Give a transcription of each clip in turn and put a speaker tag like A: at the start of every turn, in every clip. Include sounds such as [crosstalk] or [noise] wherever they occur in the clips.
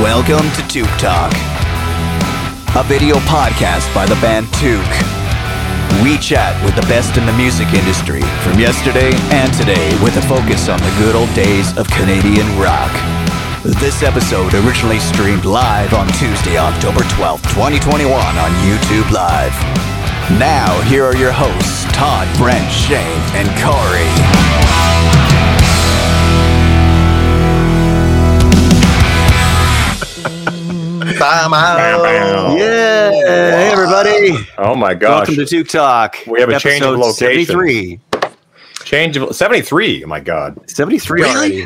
A: Welcome to Tuke Talk, a video podcast by the band Tuke. We chat with the best in the music industry from yesterday and today with a focus on the good old days of Canadian rock. This episode originally streamed live on Tuesday, October 12th, 2021 on YouTube Live. Now, here are your hosts, Todd, Brent, Shane, and Corey. Oh,
B: Bow.
A: Yeah, hey everybody.
B: Oh my gosh.
A: Welcome to Tuke Talk.
B: We have a change of
A: Episode
B: location.
A: 73.
B: Change of 73. Oh my God.
A: 73
C: Really?
A: already.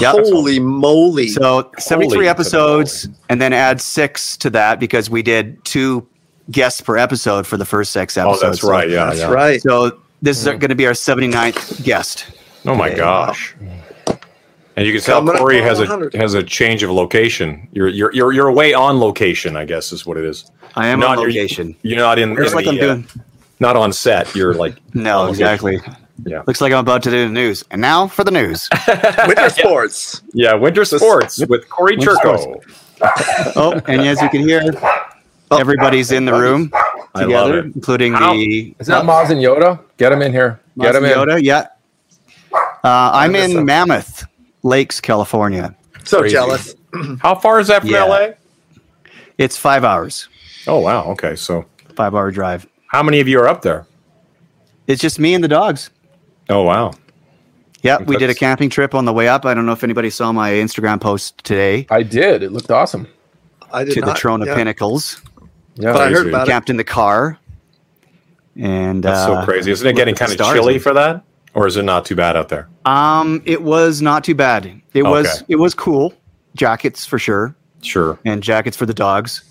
A: Yep.
C: Holy moly.
A: So 73
B: Holy
A: episodes, and then add six to that because we did two guests per episode for the first six
B: Oh,
A: episodes.
B: that's
A: So-
B: right. Yeah.
C: That's
B: yeah.
C: right.
A: So this is going to be our 79th guest.
B: Oh my gosh. And you can tell
C: Coming up
B: Corey
C: on
B: has a
C: 100.
B: has a change of location. You're you're you're you're away on location, I guess is what it is.
A: I am on
B: Not- you're-
A: location.
B: You're not in,
A: Looks
B: in
A: like
B: the,
A: I'm
B: uh,
A: doing.
B: not on set.
A: [laughs]
B: You're like
A: No,
B: on location.
A: exactly.
B: Yeah.
A: Looks like I'm about to do the news. And now for the news.
C: [laughs] Winter sports.
B: Yeah, winter sports with Corey
A: Winter
B: Turco.
A: [laughs] oh, and as you can hear, everybody's in the room
B: I love
A: together,
B: it.
A: including the Oh,
D: It's not Maz and Yoda. Get him in here. Get him in.
A: Yoda. Yeah. Uh, I'm
C: Missed
A: in
C: him.
A: Mammoth Lakes, California.
C: So
B: Crazy.
C: jealous.
B: How far is that from
A: Yeah.
B: LA?
A: It's five hours,
B: Oh wow. Okay. So
A: five hour drive.
B: how many of you are up there?
A: It's just me and the dogs.
B: Oh wow.
A: Yeah, we did a
B: That's-
A: camping trip on the way up. I don't know if anybody saw my Instagram post today
D: I did. It looked awesome.
C: I did
A: to the
C: not-
A: Trona
C: yeah.
A: Pinnacles.
D: Yeah.
C: But I heard
B: Crazy.
C: about it.
A: Camped in the car, and
B: That's
A: uh,
B: so crazy. Isn't it getting
A: look at
B: kind
A: the
B: of
A: stars
B: chilly
A: and-
B: for that? Or is it not too bad out there?
A: Um, it was not too bad. It was
B: Okay.
A: it was cool. Jackets for sure,
B: Sure.
A: and jackets for the dogs,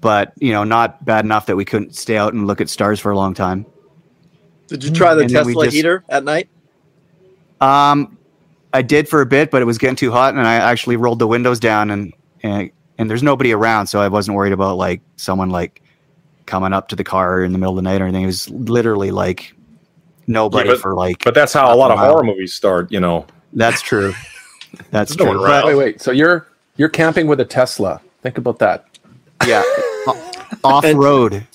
A: but you know, not bad enough that we couldn't stay out and look at stars for a long time.
C: Did you try the
A: And then we
C: Tesla
A: just-
C: heater at night?
A: Um, I did for a bit, but it was getting too hot, and I actually rolled the windows down, and and, and there's nobody around, so I wasn't worried about like someone like coming up to the car in the middle of the night or anything. It was literally like nobody
B: Yeah, but-
A: for like.
B: But that's how a lot of
A: Wow.
B: horror movies start, you know.
A: that's
B: [laughs]
A: true. That's
B: There's no
A: true.
B: one around.
D: Wait, wait. So you're you're camping with a Tesla. Think about that.
A: But, yeah, off road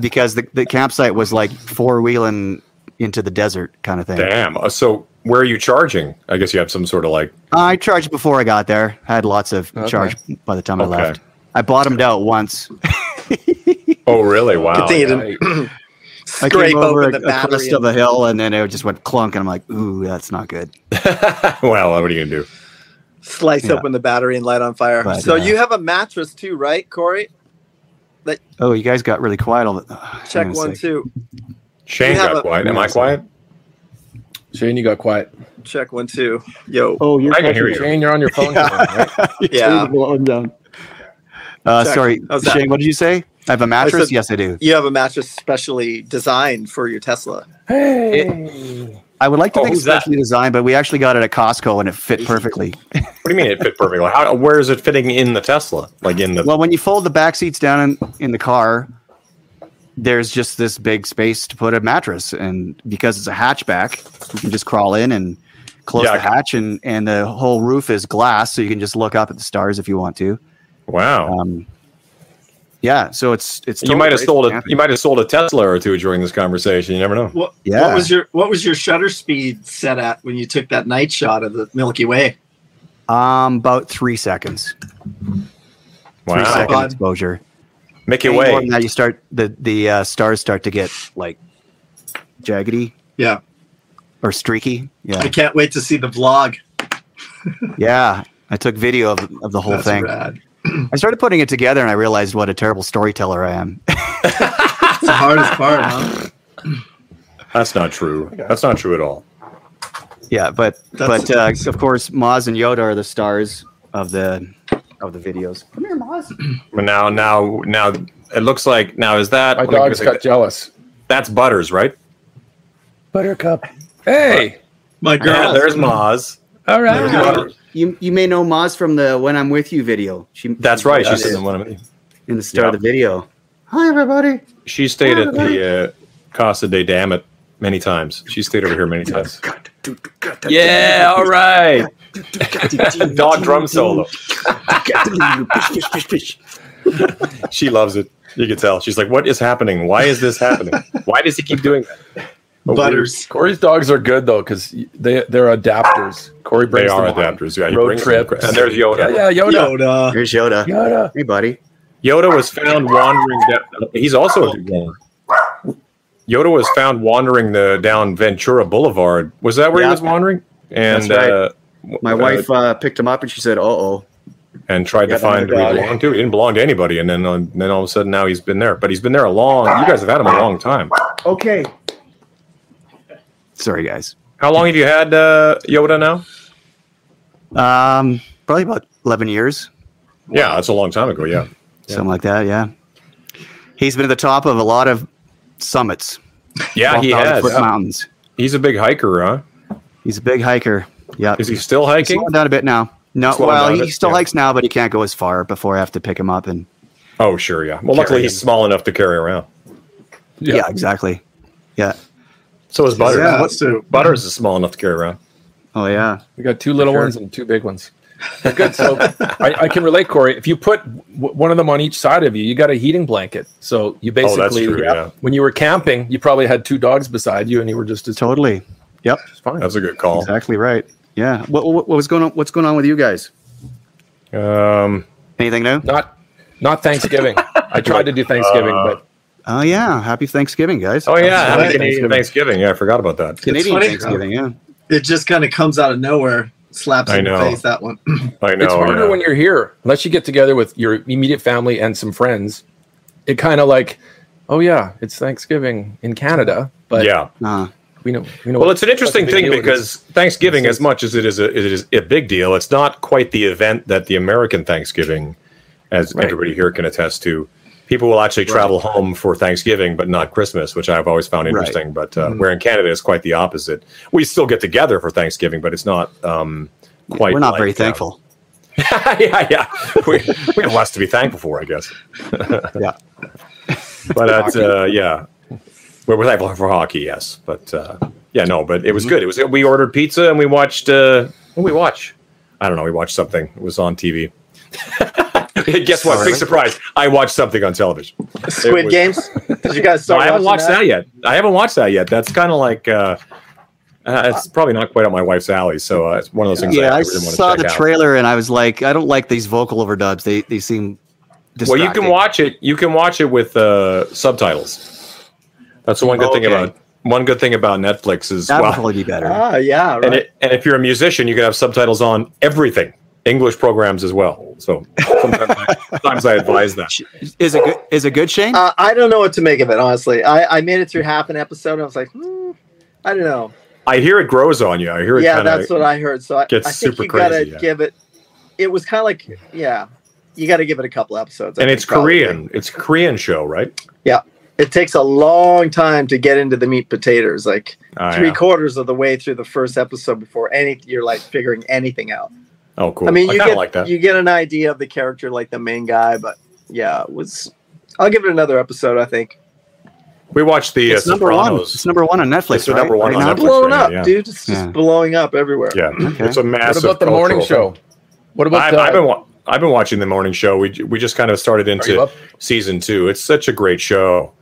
A: because the the campsite was like four wheeling into the desert kind of thing.
B: Damn. Uh, So where are you charging? I guess you have some sort of like.
A: I charged before I got there. I had lots of
D: Okay.
A: charge by the time
B: Okay.
A: I left. I bottomed out once.
B: Oh, really? Wow.
C: Good thing you
B: [laughs] yeah.
C: didn't
D: Right.
A: I
C: scrape
A: came over a,
C: open the
A: a crest
C: battery.
A: of
C: and-
A: a hill, and then it just went clunk, and I'm like, "Ooh, that's not good."
B: well, what are you gonna do?
C: Slice
A: Yeah.
C: open the battery and light on fire.
A: But,
C: so
A: uh,
C: you have a mattress too, right, Corey?
A: Oh, you guys got really quiet. All the, oh, Hang
C: Check
A: on a
C: one,
A: sec.
C: two.
B: Shane
C: We have
B: got
C: a-
B: quiet. Am
A: we
B: I
A: have a-
B: quiet?
D: Shane, you got quiet.
C: Check one, two. Yo.
A: Oh, you're
B: I can hear you.
D: Shane, you're on your
C: [laughs]
D: phone. right?
C: yeah.
A: Uh,
C: Check.
A: sorry,
C: How's that?
A: Shane. What did you say? I have a mattress.
C: said-
A: yes, I do.
C: You have a mattress specially designed for your Tesla.
D: Hey.
A: I would like to
B: Oh,
A: think it's
B: who's that?
A: specially designed, but we actually got it at Costco, and it fit perfectly.
B: What do you mean it fit perfectly? Like, How? Where is it fitting in the Tesla? Like in the?
A: Well, when you fold the back seats down in, in the car, there's just this big space to put a mattress, and because it's a hatchback, you can just crawl in and close
B: Yeah, I
A: the
B: can-
A: hatch, and and the whole roof is glass, so you can just look up at the stars if you want to.
B: wow.
A: Um, yeah, so it's it's
B: Oh. you might have
A: totally
B: sold
A: great
B: a.
A: for
B: You might have sold a Tesla or two during this conversation. You never know.
C: What,
A: Yeah.
C: what was your what was your shutter speed set at when you took that night shot of the Milky Way?
A: camping. um about three seconds, three
B: Wow.
A: second
C: God.
A: exposure.
B: Mickey
A: Any more than
B: Way.
A: that, you start the the uh, stars start to get like jaggedy
C: Yeah.
A: or streaky. Yeah,
B: [laughs]
C: I can't wait to see the vlog.
A: Yeah, I took video of, of the whole
C: That's
A: thing.
C: rad.
A: I started putting it together and I realized what a terrible storyteller I am. [laughs]
C: It's the hardest part, huh?
B: That's not true. That's not true at all.
A: yeah, but
C: That's-
A: but uh, of course Maz and Yoda are the stars of the of the videos. Come here, Maz.
B: But now, now, now, it looks like now is that
D: [laughs] My dogs got jealous.
B: that's Butters, right?
D: Buttercup. Hey.
C: My girl.
B: Yeah, [laughs] there's Moz.
D: All
B: There's
D: right.
B: Butters.
A: You you may know Maz from the "When I'm with You" video. She
B: That's right.
A: she
B: She
A: was
B: said in one of
A: in the start of the video. Hi everybody.
B: She stayed at the uh, Casa de [laughs] Dammit many times. She stayed over here many times. yeah, all right. Dog drum [laughs] solo. She loves it. You can tell. She's like, "What is happening? Why is this happening? Why does he keep doing that?" A weird-
C: Butters.
D: Corey's dogs are good though because they they're adapters. Corey
B: They
D: brings
B: are
D: them on.
B: adapters. Yeah, you
D: Road
B: bring them
D: trips.
B: across. and there's Yoda.
D: Yeah, yeah, Yoda.
C: Yoda.
E: Here's Yoda.
D: Yoda.
E: Hey, buddy.
B: Yoda was found wandering. Down, he's also a Yoda. Yoda was found wandering the down Ventura Boulevard. Was that where
E: Yeah.
B: he was wandering? And
E: That's right.
B: uh, w-
E: My
B: uh,
E: wife uh, picked him up and she said, "Uh oh."
B: and tried to
E: Yeah,
B: find who he
E: dog.
B: belonged to. He didn't belong to anybody, and then on, then all of a sudden now he's been there. But he's been there a long. You guys have had him a long time.
E: Okay. Sorry, guys.
B: How long have you had uh, Yoda now?
E: Um, probably about eleven years,
B: Yeah, that's a long time ago. Yeah,
E: something like that. Yeah. He's been at the top of a lot of summits,
B: yeah, he
E: 12,000
B: has. Uh,
E: foot mountain.
B: He's a big hiker, huh?
E: He's a big hiker. Yeah.
B: Is he still
E: He's
B: hiking?
E: slowing down a bit now. No,
B: Slowing
E: well,
B: down a
E: he
B: bit,
E: still
B: yeah.
E: hikes now, but he can't go as far before I have to pick him up. And
B: Oh, sure, yeah. Well, luckily
E: Carry
B: he's small enough to carry around.
E: yeah, exactly. Yeah.
B: So is Butters.
C: Yeah,
B: What-
C: so
B: Butters is small enough to carry around.
E: Oh yeah.
D: We got two little
E: sure.
D: ones and two
B: [laughs]
D: big ones. They're good. So I, I can relate, Corey. If you put w- one of them on each side of you, you got a heating blanket. So you
B: Oh, that's
D: basically,
B: true, yeah.
D: when you were camping, you probably had two dogs beside you, and you were just as
E: Totally. Yep.
D: just fine.
B: That's a good call.
E: Exactly right. Yeah. What, what, what was going on? What's going on with you guys?
B: Um,
E: Anything new?
D: Not
B: [laughs]
D: not Thanksgiving. I tried to do Thanksgiving,
B: Uh,
D: but
E: Oh yeah. Happy Thanksgiving, guys.
B: oh yeah,
C: Happy
B: happy Canadian Thanksgiving. Yeah, I forgot about that.
E: Canadian
C: funny.
E: Thanksgiving. Yeah.
C: It just kind of comes out of nowhere, slaps
B: I
C: in the
B: know.
C: face. That
B: [laughs]
C: one.
B: I know.
D: it's harder
B: yeah.
D: when you're here, unless you get together with your immediate family and some friends. It kind of like, oh yeah, it's Thanksgiving in Canada, but
B: yeah.
E: Uh,
D: we know we know.
B: Well,
D: what
B: it's an interesting
D: fucking
B: thing
D: big deal it is.
B: because Thanksgiving, as much as it is a it is a big deal, it's not quite the event that the American Thanksgiving, as
D: Right.
B: everybody here can attest to. People will actually travel home for Thanksgiving, but not Christmas, which I've always found interesting. But uh, where in Canada, it's quite the opposite. We still get together for Thanksgiving, but it's not um, quite.
E: we're not
B: like um,
E: very
B: that.
E: thankful.
B: [laughs] yeah, yeah. We, we have less to be thankful for, I guess.
E: [laughs] Yeah.
B: [laughs] But that's, uh, yeah, we're, we're thankful for hockey, yes. But uh, yeah, no, but it was
E: Mm-hmm.
B: good. It was we ordered pizza and we watched. Uh, what did we watch? I don't know. We watched something. It was on TV. [laughs] Guess what? Big surprise! I watched something on television.
C: Squid
B: was-
C: Games. Did you
B: [laughs]
C: guys
B: No,
C: start?
B: I haven't
C: watching
B: watched that? yet. I haven't watched that yet. That's kind of like uh, uh, it's probably not quite on my wife's alley. So uh, it's one of those things.
E: Yeah. I
B: really wanna
E: saw
B: check
E: the
B: out.
E: trailer and I was like, I don't like these vocal overdubs. They they seem.
B: Well, you can
E: distracting.
B: watch it. You can watch it with uh, subtitles. That's the one
C: Oh,
B: good thing
E: Okay.
B: about one good thing about Netflix is
E: That would
B: well,
E: probably be better.
C: Ah, yeah. Right.
B: and, it, and if you're a musician, you can have subtitles on everything, English programs as well. So
C: [laughs]
B: sometimes, I, sometimes I advise that.
E: is it good? Is it good, Shane?
C: uh, I don't know what to make of it, honestly. I, I made it through half an episode and I was like, hmm, I don't know.
B: I hear it grows on you. I hear it.
C: yeah,
B: kinda,
C: that's what I heard. So I,
B: gets
C: I think
B: super
C: you gotta
B: crazy, yeah.
C: give it. It was kind of like, yeah, you gotta give it a couple episodes. I
B: and
C: think,
B: it's
C: probably.
B: Korean. It's a Korean show, right?
C: It takes a long time to get into the meat potatoes. Like
B: Ah,
C: three
B: yeah.
C: quarters of the way through the first episode before any you're like figuring anything out.
B: Oh, cool.
C: I mean,
B: I
C: you
B: kind
C: get
B: of like that.
C: you get an idea of the character, like the main guy, but yeah, it was. I'll give it another episode. I think
B: we watched the uh,
E: it's number one.
B: Sopranos.
E: It's number one on Netflix.
B: It's the
E: right?
B: number one
E: Right
B: on
E: now?
B: Netflix.
C: blown
B: yeah,
C: up,
B: yeah.
C: dude. It's just
E: Yeah.
C: blowing up everywhere.
B: Yeah,
E: Okay.
B: it's a massive.
D: What about the morning
B: cultural
D: show? What about
B: I've,
D: the,
B: I've been wa- I've been watching the morning show. We we just kind of started
D: Are you
B: into
D: up?
B: season two. It's such a great show.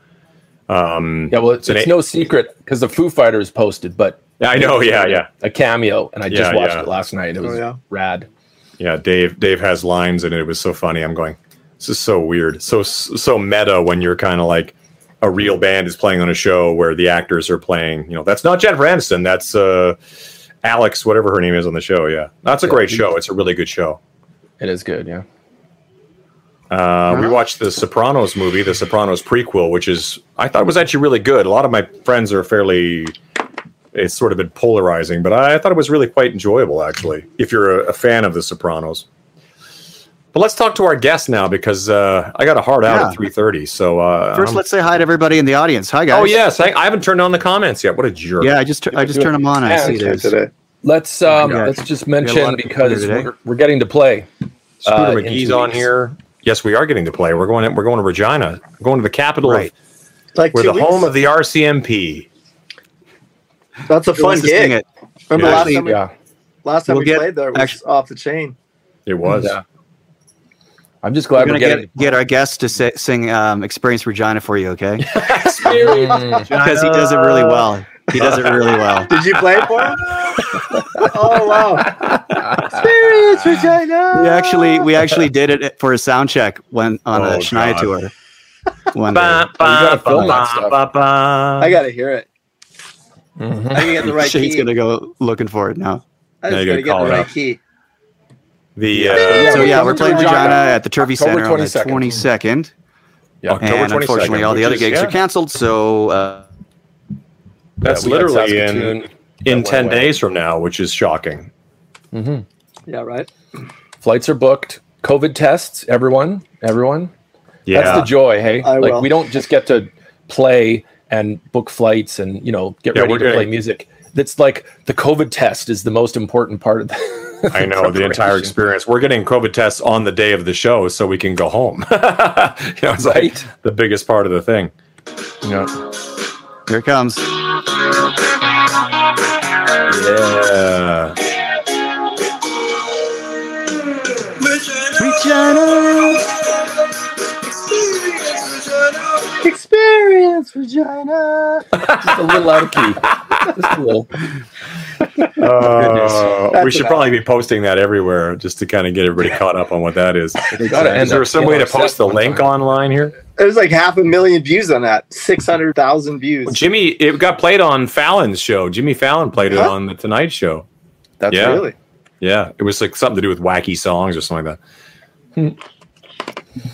B: Um,
D: Yeah, well, it's,
B: Today-
D: it's no secret because the Foo Fighters posted, but
B: I know. Yeah, yeah,
D: a cameo, and I just
B: Yeah,
D: watched
B: yeah.
D: it last night. It was
C: Oh, yeah.
D: rad.
B: yeah. Dave Dave has lines in it. It was so funny. I'm going. This is so weird. So so meta when you're kind of like a real band is playing on a show where the actors are playing. You know, that's not Jennifer Aniston. That's uh, Alex, whatever her name is on the show. Yeah, that's a
D: Yeah.
B: great show. It's a really good show.
D: It is good. Yeah,
B: Uh, we watched the Sopranos movie, the Sopranos prequel, which is I thought was actually really good. A lot of my friends are fairly. It's sort of been polarizing, but I, thought it was really quite enjoyable, actually. If you're a, a fan of the Sopranos, but let's talk to our guest now because uh, I got a hard out
E: Yeah.
B: at three thirty. So uh,
E: First,
B: I'm-
E: let's say hi to everybody in the audience. Hi, guys.
B: oh yes, I, I haven't turned on the comments yet. What a jerk!
E: Yeah, I just tur- I just turn them on. And I see there's
C: Today.
D: let's um,
E: Yeah.
D: let's just
E: We had a lot
D: mention
E: of people here
D: because
E: today.
D: we're, we're getting to play.
B: Scooter
D: uh, in
B: McGee's
D: two
B: on
D: weeks.
B: here. Yes, we are getting to play. We're going. We're going to Regina. We're going to the capital.
E: Right.
B: Of,
C: Like
B: we're
C: two
B: the
C: weeks.
B: home of the RCMP.
C: That's a
E: Who
C: fun
E: wants to sing
C: gig.
E: it?
C: Remember
B: Yeah.
C: last time? We,
D: Yeah,
C: Last time
A: We'll
C: we
A: get-
C: played there was
A: actu-
C: off the chain.
B: It was.
D: Yeah. I'm just
A: We're
D: glad
A: gonna
D: we're getting
A: get, get our guest to si- sing um, "Experience Regina" for you,
B: [laughs]
A: okay?
D: Mm.
A: Because he does it really well. He does it really
B: [laughs]
A: well.
C: Did you play for him? oh wow! Experience Regina.
A: We actually we actually did it for a sound check when on
B: Oh,
A: a Shania
B: God.
A: tour. One day.
B: Ba, ba,
D: gotta film that
B: ba,
D: stuff.
B: ba, ba.
C: I gotta hear it.
D: Mhm.
C: I
A: [laughs]
C: gotta get the right
A: Shane's
C: key.
A: gonna go looking for it now.
C: I
B: Now
C: just
B: you gotta
C: gotta get
B: call
C: the
B: it
C: right
B: out.
C: key.
B: The
D: Yeah,
B: uh,
A: so
D: we're
A: yeah,
D: coming
A: we're
D: to
A: playing
D: Regina
A: Regina at the Turvey
D: October
A: Center on the
D: 22nd.
A: twenty second,
D: Yeah.
B: October
A: and
B: 22nd,
A: unfortunately, all the
B: which
A: other
B: is-
A: gigs
B: yeah.
A: are canceled. So uh,
B: that's
D: Yeah, we got
B: literally in
D: Saskatoon.
B: in
D: That
B: ten
D: went away.
B: days from now, which is shocking.
D: Mhm.
C: Yeah, right.
D: Flights are booked. COVID tests, everyone, everyone.
B: Yeah,
D: That's the joy, hey.
C: I
D: like
C: will.
D: we don't just get to play and book flights and you know get
B: Yeah,
D: ready
B: we're
D: to
B: gonna-
D: play music. That's like the COVID test is the most important part of the.
B: I know the entire
D: preparation.
B: experience. We're getting COVID tests on the day of the show, so we can go home. [laughs] you know, it's like
D: Right.
B: the biggest part of the thing.
D: [laughs] Yeah.
A: here it comes.
B: Yeah,
C: Experience Regina.
D: just a little out of key. Just a little.
B: Uh, we
C: That's
B: should
C: about-
B: probably be posting that everywhere just to kind of get everybody caught up on what that is.
D: Gotta
B: Is
D: end
B: there
D: up
B: some
D: Taylor
B: way to
D: Swift
B: post the
D: one
B: link
D: time.
B: online here?
C: There's like half a million views on that. Six hundred thousand views.
B: Jimmy, it got played on Fallon's show. Jimmy Fallon played it
C: Huh?
B: on the Tonight Show.
D: That's
B: Yeah.
D: it.
C: Really?
B: Yeah, it was like something to do with wacky songs or something like that.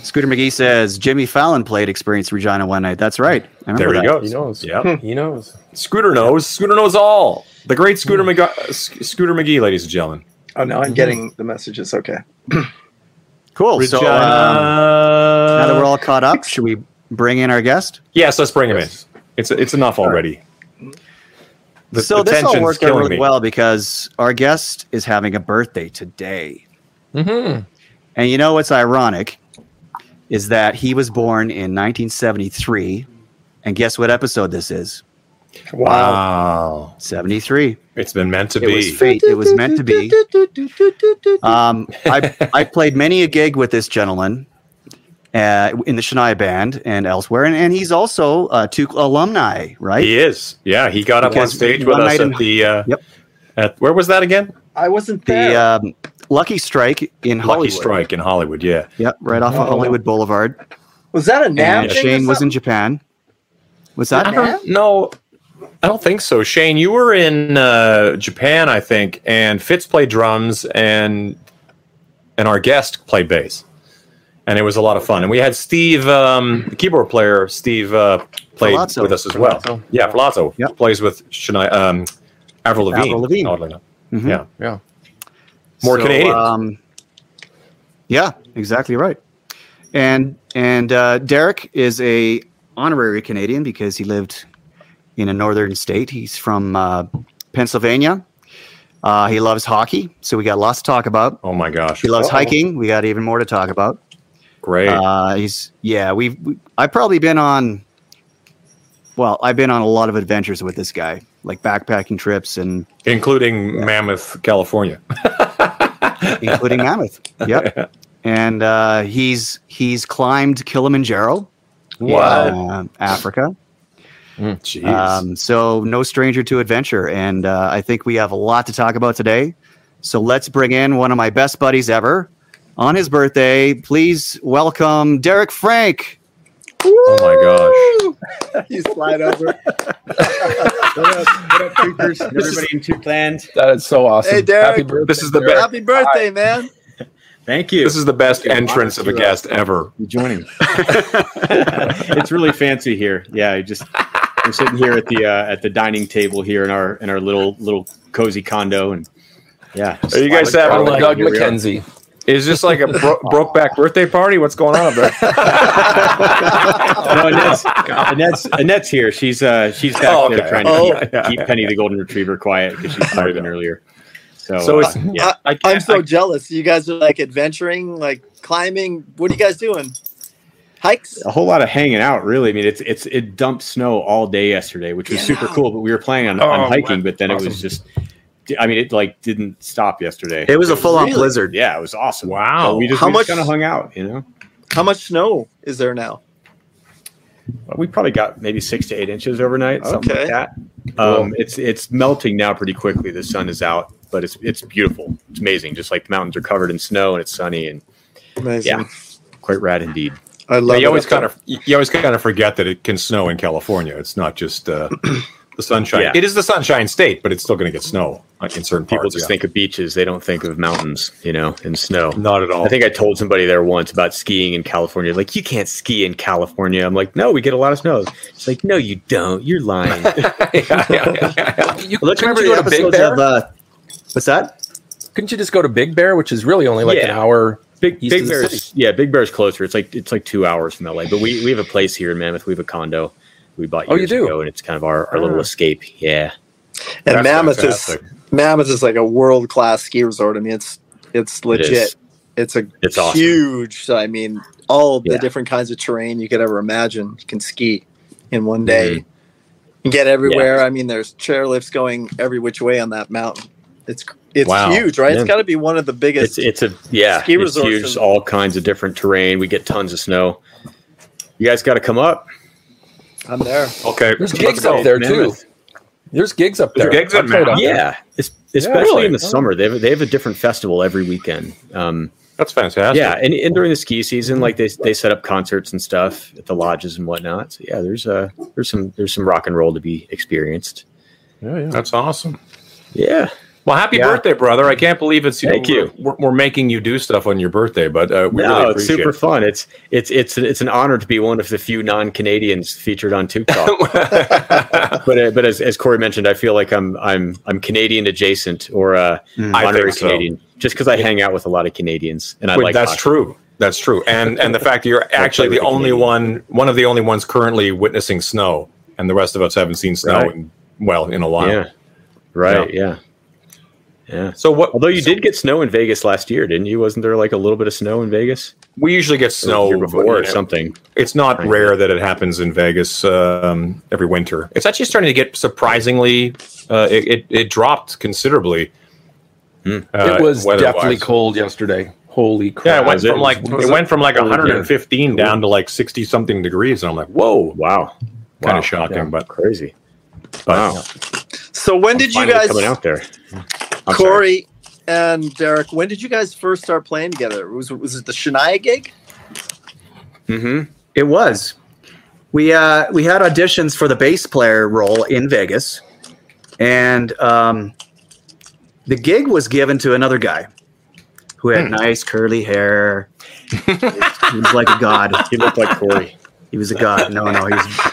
A: Scooter McGee says Jimmy Fallon played Experience Regina one night. That's right. I remember
B: There he
A: that.
B: goes.
D: He
A: [laughs]
D: knows.
B: Yep.
D: He knows.
B: Scooter knows. Scooter knows all. The
A: Hmm.
B: great Scooter McGee, uh, Sc- Scooter McGee, ladies and gentlemen.
C: Oh no, I'm getting the messages. Okay.
A: Cool. So um, now that we're all caught up, should we bring in our guest?
B: yes, let's bring him
D: Yes.
B: in. It's it's enough already. The,
A: so
B: the
A: this all
B: tension's
A: worked out
B: killing
A: really
B: me.
A: well because our guest is having a birthday today.
D: Mm-hmm.
A: And you know what's ironic is that he was born in 1973. And guess what episode this is? Uh,
C: Wow.
B: Wow,
A: 73.
B: it's been meant to
A: It
B: be.
A: was fate. It was meant to [laughs] be. Um,
B: [laughs]
A: I, I played many a gig with this gentleman uh, in the Shania Band and elsewhere. And, and he's also a Tuke alumni, right?
B: He is. Yeah, he got up on
A: Because
B: stage with
A: one
B: us
A: night in-
B: at the. Uh,
A: Yep.
B: At where was that again?
C: I wasn't there.
A: The um, Lucky Strike in Hollywood.
B: Lucky Strike in Hollywood. Yeah.
A: Yep, right off of Hollywood Boulevard.
C: was that a nap?
A: And
C: thing or
A: Shane was in
C: something?
A: Japan. What's
B: I
A: that?
C: Uh-huh.
B: don't know. I don't think so. Shane, you were in uh, Japan, I think, and Fitz played drums, and and our guest played bass, and it was a lot of fun. And we had Steve, um, the keyboard player, Steve uh, played
A: Palazzo.
B: with us as well.
D: Palazzo.
B: Yeah, Palazzo
A: Yep.
B: plays with Shania, um, Avril Lavigne.
A: Avril Lavigne.
B: oddly enough.
A: Mhm.
B: Yeah,
D: Yeah.
B: more
A: So,
B: Canadian.
A: Um, yeah, exactly right. And and uh, Derek is a honorary Canadian because he lived in a northern state. He's from uh, Pennsylvania. Uh, he loves hockey, so we got lots to talk about.
B: oh my gosh,
A: He loves
C: Uh-oh.
A: hiking. We got even more to talk about.
B: great!
A: Uh, he's yeah. We've we, I've probably been on. Well, I've been on a lot of adventures with this guy, like backpacking trips and
B: Including Mammoth, California.
A: including
B: [laughs]
A: Mammoth. Yep. And uh, he's he's climbed Kilimanjaro,
B: Wow,
A: um, Africa.
B: jeez.
A: Um, so no stranger to adventure, and uh, I think we have a lot to talk about today. So let's bring in one of my best buddies ever on his birthday. Please welcome Derek Frank.
B: oh my gosh.
C: you slide over.
F: What up, what
B: [laughs]
F: up, creepers? And Everybody in Two Land.
D: That is so awesome.
C: Hey, Derek.
D: Happy birthday,
B: This is the
D: Derek.
B: best.
C: Happy birthday, man.
F: Thank you.
B: This is the best
F: Yeah,
B: entrance of a
A: uh,
F: honestly,
B: guest ever.
F: you joining. [laughs] it's really fancy here. Yeah, I just we're sitting here at the uh, at the dining table here in our in our little little cozy condo, and yeah.
B: Are you guys
F: Like,
B: having
D: Doug
B: like
F: Doug
D: McKenzie.
B: Is this like a bro- broke back birthday party? What's going on up
F: [laughs]
B: there? [laughs]
F: No, Oh, Annette's, Annette's Annette's here. She's uh she's back
B: Oh, okay.
F: there trying to
B: Oh.
F: keep, keep Penny the Golden Retriever quiet because she's barking earlier. So,
B: So
F: uh,
B: it's-
F: yeah.
B: I
C: I'm so jealous. You guys are like adventuring, like climbing. What are you guys doing? Hikes?
F: a whole lot of hanging out really i mean it's it's it dumped snow all day yesterday which was super cool but we were planning on, on hiking but then it was just I mean, it like didn't stop yesterday.
E: It was a full-on blizzard.
F: Yeah, it was awesome.
B: Wow.
F: But we just,
C: How
F: we
C: much-
F: kind of hung out, you know.
C: How much snow is there now?
F: Well, we probably got maybe six to eight inches overnight, something
C: Okay.
F: like that. Um, it's it's melting now pretty quickly. The sun is out, but it's it's beautiful. It's amazing. Just like the mountains are covered in snow and it's sunny and
C: Amazing.
F: Yeah. quite rad indeed.
C: I love
B: But
C: it
B: you always
C: up there.
B: kind of you always kind of forget that it can snow in California. It's not just uh, the sunshine.
F: Yeah.
B: It is the sunshine state, but it's still going to get snow like in certain
F: People
B: parts,
F: just
B: yeah.
F: think of beaches; they don't think of mountains, you know, and snow.
B: not at all.
F: I think I told somebody there once about skiing in California. Like, you can't ski in California. I'm like, no, we get a lot of snow. It's like, no, you don't.
D: [laughs]
F: You're lying.
D: yeah, yeah, yeah. You,
E: Let's
D: couldn't
E: remember
D: you
E: the
D: go to Big
E: episodes
D: Bear?
E: of uh, what's that?
D: couldn't you just go to Big Bear, which is really only like an
F: Yeah.
D: hour?
F: Big
D: East
F: Big
D: of the
F: Bear's
D: city.
F: yeah, Big Bear's closer. It's like it's like two hours from LA. But we we have a place here in Mammoth. We have a condo we bought
D: Oh,
F: years
D: you do? Ah.
F: ago, and it's kind of our, our little escape. Yeah,
B: That's
C: and Mammoth
B: fantastic.
C: is Mammoth is like a world class ski resort. I mean, it's it's legit.
F: is.
C: it's a
F: It's awesome.
C: huge. So I mean, all the
F: Yeah.
C: different kinds of terrain you could ever imagine. You can ski in one
F: Mm-hmm.
C: day. You get everywhere. I mean, there's chairlifts going every which way on that mountain. It's it's
B: Wow.
C: huge, right?
F: Yeah.
C: It's got to be one of the biggest.
F: it's it's a yeah,
C: Ski
F: it's
C: resorts
F: huge.
C: is-
F: All kinds of different terrain. We get tons of snow. You guys got to come up.
C: I'm there.
B: okay.
D: There's
B: let's
D: gigs
B: go.
D: up there too.
F: Oh, Mammoth.
D: There's gigs up
B: There's
D: there.
B: gigs at
D: I've played up
B: Mammoth?
D: there.
F: Yeah, it's, especially
D: really.
F: in the
D: Oh.
F: summer. They have they have a different festival every weekend. Um,
B: That's fantastic.
F: yeah, and, and during the ski season, like they they set up concerts and stuff at the lodges and whatnot. So yeah, there's uh there's some there's some rock and roll to be experienced.
D: Yeah, yeah.
B: That's awesome.
F: Yeah,
B: Well, happy
F: Yeah.
B: birthday, brother! I can't believe it's
F: Thank
B: we're-
F: you.
B: We're, we're making you do stuff on your birthday, but uh, we
F: no,
B: really
F: it's
B: appreciate
F: super
B: it.
F: fun. It's it's it's it's an honor to be one of the few non Canadians featured on Tube Talk. [laughs] but uh, but as, as Corey mentioned, I feel like I'm I'm I'm Canadian adjacent or uh,
E: Mm.
B: I
F: honorary
B: think so.
F: Canadian, just because I hang out with a lot of Canadians and I
B: Wait,
F: like
B: that's
F: hockey.
B: true. That's true.
F: [laughs]
B: And and the fact that you're actually
F: with
B: the
F: the
B: only
F: Canadians.
B: one, one of the only ones currently witnessing snow, and the rest of us haven't seen snow
F: Right.
B: in well in a while.
F: Yeah, right. Yeah. yeah,
B: So what?
F: Although you did get snow in Vegas last year, didn't you? Wasn't there like a little bit of snow in Vegas?
B: we usually get
F: The
B: snow
F: year
B: but, you
F: before or
B: know,
F: something.
B: It's not
F: Right.
B: rare that it happens in Vegas um, every winter. It's actually starting to get surprisingly. Uh, it, it it dropped considerably. uh,
F: Hmm.
D: it was
B: weather-wise.
D: definitely cold yesterday. Holy crap!
B: Yeah, it went
F: Was it-
B: from like
D: was
B: it went from like
F: Oh, yeah.
B: 115 down to like 60 something degrees, and I'm like, whoa,
F: Wow,
B: kind
F: Wow.
B: of shocking.
D: Yeah.
B: But,
F: crazy.
B: but
F: Wow.
C: So when did you
F: Finally
C: guys,
F: coming out there? I'm sorry.
C: Corey and Derek? When did you guys first start playing together? Was was it the Shania gig?
F: [laughs] Mhm.
E: It was. We uh, we had auditions for the bass player role in Vegas, and um, the gig was given to another guy who had
F: Hmm.
E: nice curly
F: [laughs]
E: hair. he was like a god.
F: He looked like Corey.
E: He was a god. No, no, he was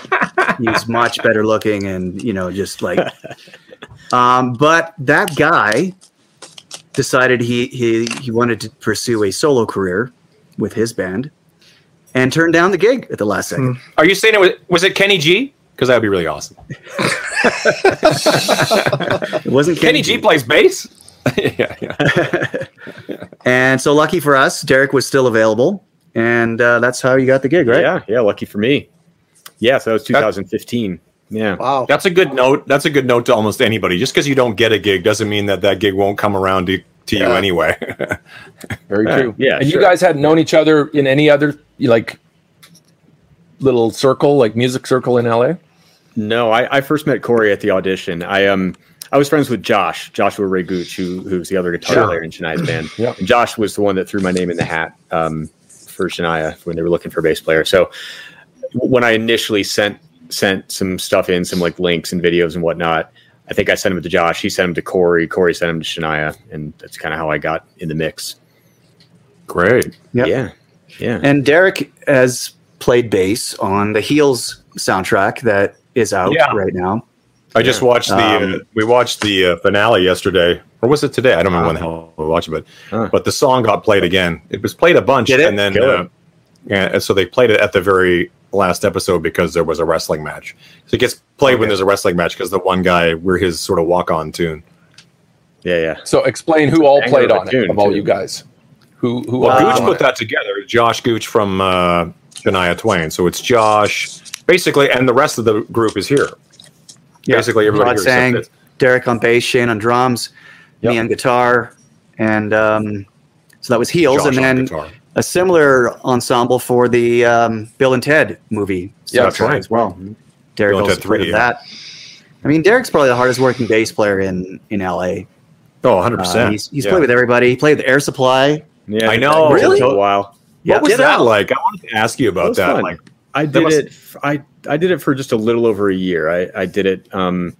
E: he was much better looking, and you know, just like. Um, but that guy decided he he he wanted to pursue a solo career with his band, and turned down the gig at the last second.
B: Are you saying it was was it Kenny G? Because that would be really awesome.
E: It wasn't
B: Kenny G plays bass. yeah, yeah.
E: And so, lucky for us, Derek was still available, and uh, that's how you got the gig, right?
F: Yeah, yeah. Lucky for me. Yeah, so that was 2015. Yeah.
C: Wow.
B: That's a good note. That's a good note to almost anybody. Just because you don't get a gig doesn't mean that that gig won't come around to, to you
C: Yeah.
B: anyway. [laughs]
D: Very
F: Yeah,
D: true.
F: yeah,
D: and
F: sure.
D: you guys hadn't known each other in any other like little circle, like music circle in LA.
F: No, I, I first met Corey at the audition. I um I was friends with Josh, Joshua Ray Gooch, who who's the other guitar
B: Sure.
F: player in Shania's
B: [clears throat]
F: band.
D: Yep.
F: And Josh was the one that threw my name in the hat um, for Shania when they were looking for a bass player. So when I initially sent sent some stuff in, some like links and videos and whatnot, I think I sent them to Josh. He sent them to Corey. Corey sent them to Shania, and that's kind of how I got in the mix.
B: Great.
E: Yep.
F: Yeah, yeah.
E: And Derek has played bass on the Heels soundtrack that is out
B: Yeah.
E: right now.
B: I just watched the uh,
E: Um,
B: we watched the uh, finale yesterday, or was it today? I don't remember when the hell we watched it, but
F: Huh.
B: but the song got played again. It was played a bunch,
E: Did it?
B: and then
F: Good.
B: uh, yeah, and so they played it at the very last episode because there was a wrestling match. So it gets played when there's a wrestling match because the one guy we're his sort of walk on tune.
F: yeah, yeah.
D: So explain who all
F: banger
D: played
F: of a
D: on it
F: tune,
D: of all
F: too.
D: you guys. Who who
B: Well,
D: all
E: Um,
B: Gooch
D: was on
B: put [laughs]
D: it?
B: that together. Josh Gooch from uh, Shania Twain. So it's Josh, basically, and the rest of the group is here. Basically, everybody
E: Rod
B: here except
E: Sang.
B: it's-
E: Derek on bass, Shane on drums, me
B: Yep.
E: on guitar, and um, so that was Heels,
B: Josh
E: and
B: on
E: then
B: guitar.
E: a similar ensemble for the um, Bill and Ted movie.
D: Yeah,
E: soundtrack
D: that's right.
E: As well, Derek
B: Bill and
E: also
B: Ted
E: played
B: 3D,
E: with that. I mean, Derek's probably the hardest working bass player in in LA.
B: Oh, 100
E: Uh,
B: percent.
E: he's he's played with everybody. He played with Air Supply.
F: Yeah,
B: I know.
E: Really?
F: It took a while.
E: Yeah.
B: What was
E: Get
B: that
E: out.
B: like? I wanted to ask you
F: It
B: about
F: was
B: that.
F: fun.
B: Like,
F: I
B: That
F: did
B: must-
F: it. f- I I did it for just a little over a year. I I did it. Um,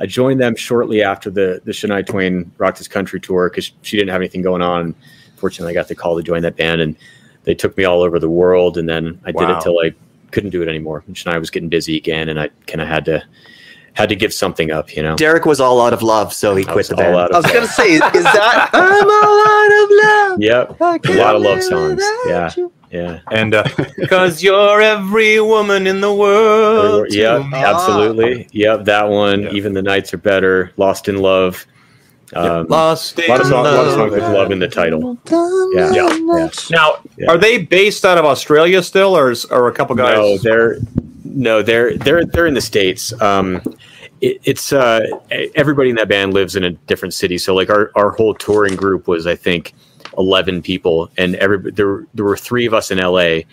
F: I joined them shortly after the the Shania Twain Rock This Country tour because she didn't have anything going on. Fortunately, I got the call to join that band, and they took me all over the world. And then I did
B: Wow.
F: it till I couldn't do it anymore. And Shania was getting busy again, and I kind of had to had to give something up. You know,
E: Derek was all out of love, so he
F: I
E: quit
F: was
E: the
F: all
E: band.
F: out
C: I was
F: of
C: gonna
F: love.
C: say, is that I'm all out of love?
F: Yep,
C: I
F: a
C: can't
F: lot of love
C: live
F: songs.
C: without
F: Yeah,
C: you.
F: yeah.
B: and
E: [laughs]
B: uh,
F: Because you're every woman in the world.
B: to
F: Yeah,
B: me.
F: absolutely. Yep, that one.
B: Yeah.
F: Even the nights are better. Lost in love. Um,
B: lost
F: a lot of
B: in
F: songs, a lot of
B: love.
F: songs with love in the title.
C: Dun,
F: Yeah.
C: dun,
F: Yeah.
B: Now,
F: Yeah.
B: are they based out of Australia still, or is, are a couple guys?
F: No, they're no, they're they're they're in the states. Um, it, it's uh, e- everybody in that band lives in a different city. So like our our whole touring group was I think eleven people, and every there were- there were three of us in L.A.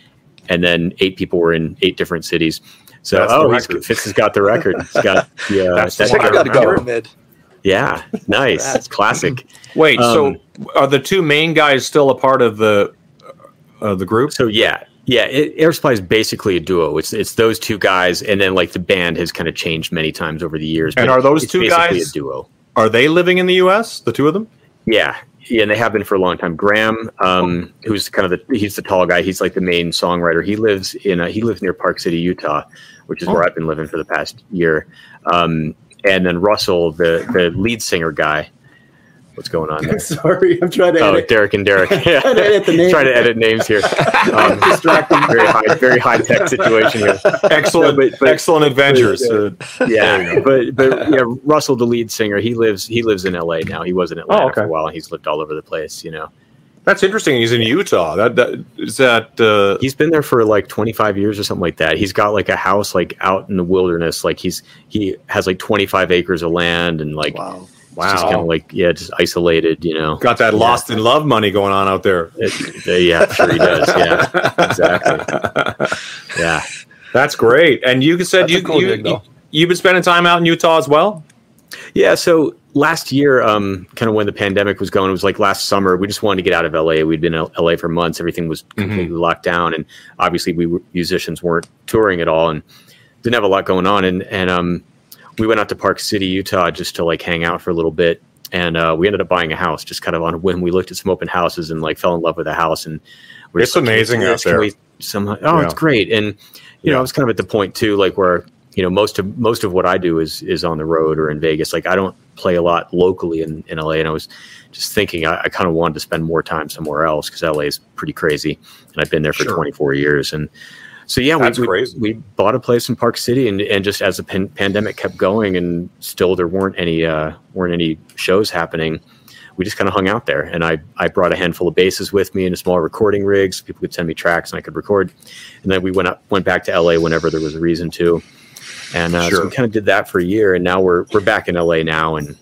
F: and then eight people were in eight different cities. So
B: That's the
F: oh, he's-
B: record.
F: Fitz has got the record. He's
B: [laughs]
F: got yeah,
B: That's the
F: that-
B: one I
C: Check out
B: remember.
C: pyramid.
F: yeah, nice, it's classic.
B: Wait,
F: Um,
B: so are the two main guys still a part of the uh, the group?
F: So yeah, yeah. It, Air Supply is basically a duo. It's it's those two guys, and then like the band has kind of changed many times over the years.
B: And
F: but
B: are those
F: it's
B: two
F: basically
B: guys-
F: a duo?
B: Are they living in the U.S. The two of them?
F: Yeah, yeah. And they have been for a long time. Graham, um, who's kind of the he's the tall guy. He's like the main songwriter. He lives in uh he lives near Park City, Utah, which is where
B: Oh.
F: I've been living for the past year. Um, and then Russell, the the lead singer guy. What's going on? There?
E: Sorry, I'm trying to.
F: Oh, Derek and [laughs] Derek. Yeah.
E: to edit the name.
F: Trying to edit names [laughs] here. Um, very high, very high tech situation here.
B: Excellent,
F: No, but- but-
B: excellent Uh, adventures.
F: but, Yeah, but but yeah, Russell, the lead singer, he lives he lives in L.A. now. He was in Atlanta
B: Oh, okay.
F: for a while, and he's lived all over the place. You know,
B: That's interesting. He's in Utah. That, that is that. Uh,
F: he's been there for like 25 years or something like that. He's got like a house like out in the wilderness. Like he's he has like 25 acres of land and like
C: Wow.
F: it's just kind of like yeah, just isolated. You know,
B: got that lost in love money going on out there.
F: It- yeah, sure he does.
B: [laughs]
F: Yeah, exactly. Yeah.
B: That's great. And you said
D: That's a
B: you,
D: cool
B: you,
D: gig, though.
B: you have been spending time out in Utah as well.
F: Yeah, so last year, um, kind of when the pandemic was going, it was like last summer. We just wanted to get out of LA. We'd been in LA for months. Everything was
B: Mm-hmm.
F: completely locked down, and obviously, we were, musicians weren't touring at all, and didn't have a lot going on. And and um, we went out to Park City, Utah, just to like hang out for a little bit. And uh, we ended up buying a house, just kind of on [laughs] a whim. We looked at some open houses and like fell in love with a house. And we're
B: It's
F: just like, "Can we
B: amazing
F: do
B: out
F: this? Can
B: there."
F: we somehow, oh, it's
B: Yeah.
F: great. And you
B: Yeah.
F: know, I was kind of at the point too, like where you know most of most of what I do is is on the road or in Vegas. Like I don't play a lot locally in, in LA, and I was just thinking I, I kind of wanted to spend more time somewhere else because LA is pretty crazy, and I've been there for
B: Sure.
F: 24 years. And so yeah,
B: That's
F: we, we-
B: crazy.
F: We, bought a place in Park City, and, and just as the pan- pandemic kept going, and still there weren't any uh, weren't any shows happening. We just kind of hung out there, and I I brought a handful of basses with me and a small recording rig, so people could send me tracks and I could record. And then we went up went back to LA whenever there was a reason to, and uh,
B: Sure.
F: so we kind of did that for a year, and now we're we're back in LA now, and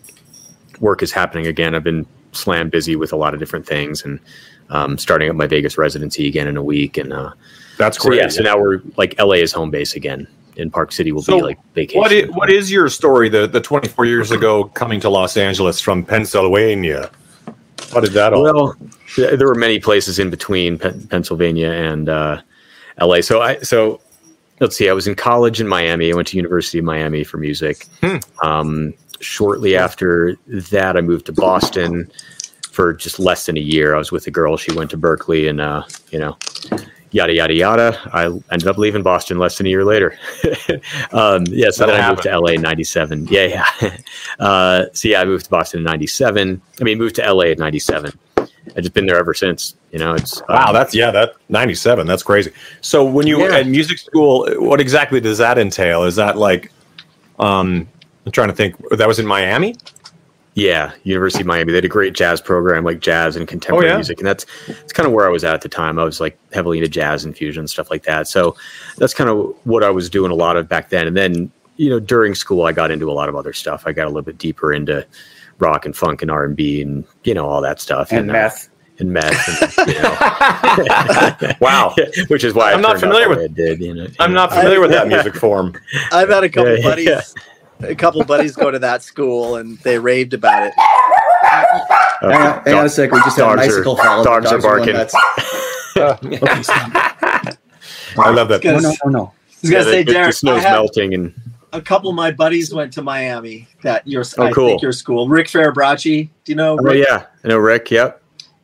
F: work is happening again. I've been slam busy with a lot of different things, and um, starting up my Vegas residency again in a week, and. Uh,
B: That's
F: so
B: great.
F: yeah, so now we're like LA is home base again, and Park City will
B: So
F: be like vacation.
B: What is, what is your story? The the 24 years ago coming to Los Angeles from Pennsylvania. How did that all?
F: well, th- there were many places in between Pen- Pennsylvania and uh, LA. So I so let's see. I was in college in Miami. I went to University of Miami for music.
B: Hmm.
F: Um, shortly after that, I moved to Boston for just less than a year. I was with a girl. She went to Berkeley, and uh, you know, yada yada yada. I ended up leaving Boston less than a year later. [laughs] um, yeah, so
B: That'll
F: then I moved
B: happen.
F: to LA in '97. Yeah, yeah. [laughs] uh, so yeah, I moved to Boston in '97. I mean, moved to LA in '97. I've just been there ever since. You know, it's
B: wow,
F: um,
B: that's yeah, that 97. That's crazy. So when you
F: Yeah.
B: at music school, what exactly does that entail? Is that like, um, I'm trying to think. That was in Miami.
F: Yeah, University of Miami. They had a great jazz program, like jazz and contemporary
B: Oh, yeah?
F: music, and that's that's kind of where I was at at the time. I was like heavily into jazz and fusion and stuff like that. So that's kind of what I was doing a lot of back then. And then you know, during school, I got into a lot of other stuff. I got a little bit deeper into rock and funk and R and B and you know all that stuff
A: and
F: uh,
A: meth.
F: and
B: [laughs]
F: [laughs] meth. And, you know,
B: Wow.
F: which is why
B: I'm not familiar with-
F: it. Did you know?
B: I'm not familiar with [laughs] that
F: [laughs]
B: music form.
C: I've had a couple
F: Yeah, yeah,
C: buddies, a couple buddies go to that school and they raved about it.
F: Okay.
A: Hang on, hang on a sec. We just had an
F: dogs are-
A: icicle fall. The
F: dogs are
A: going
F: barking.
A: nuts.
E: Okay, stop.
B: I love that.
E: oh,
C: Good.
E: no, oh, no.
C: I was gonna
F: the,
C: say,
F: the- the
C: Derek, I
F: snow's
C: had
F: melting and
C: a couple of my buddies went to Miami. That your,
F: Oh,
C: I
F: cool.
C: think your school, Rick Farabracci. Do you know?
F: oh
C: Rick?
F: yeah, I know Rick. Yep.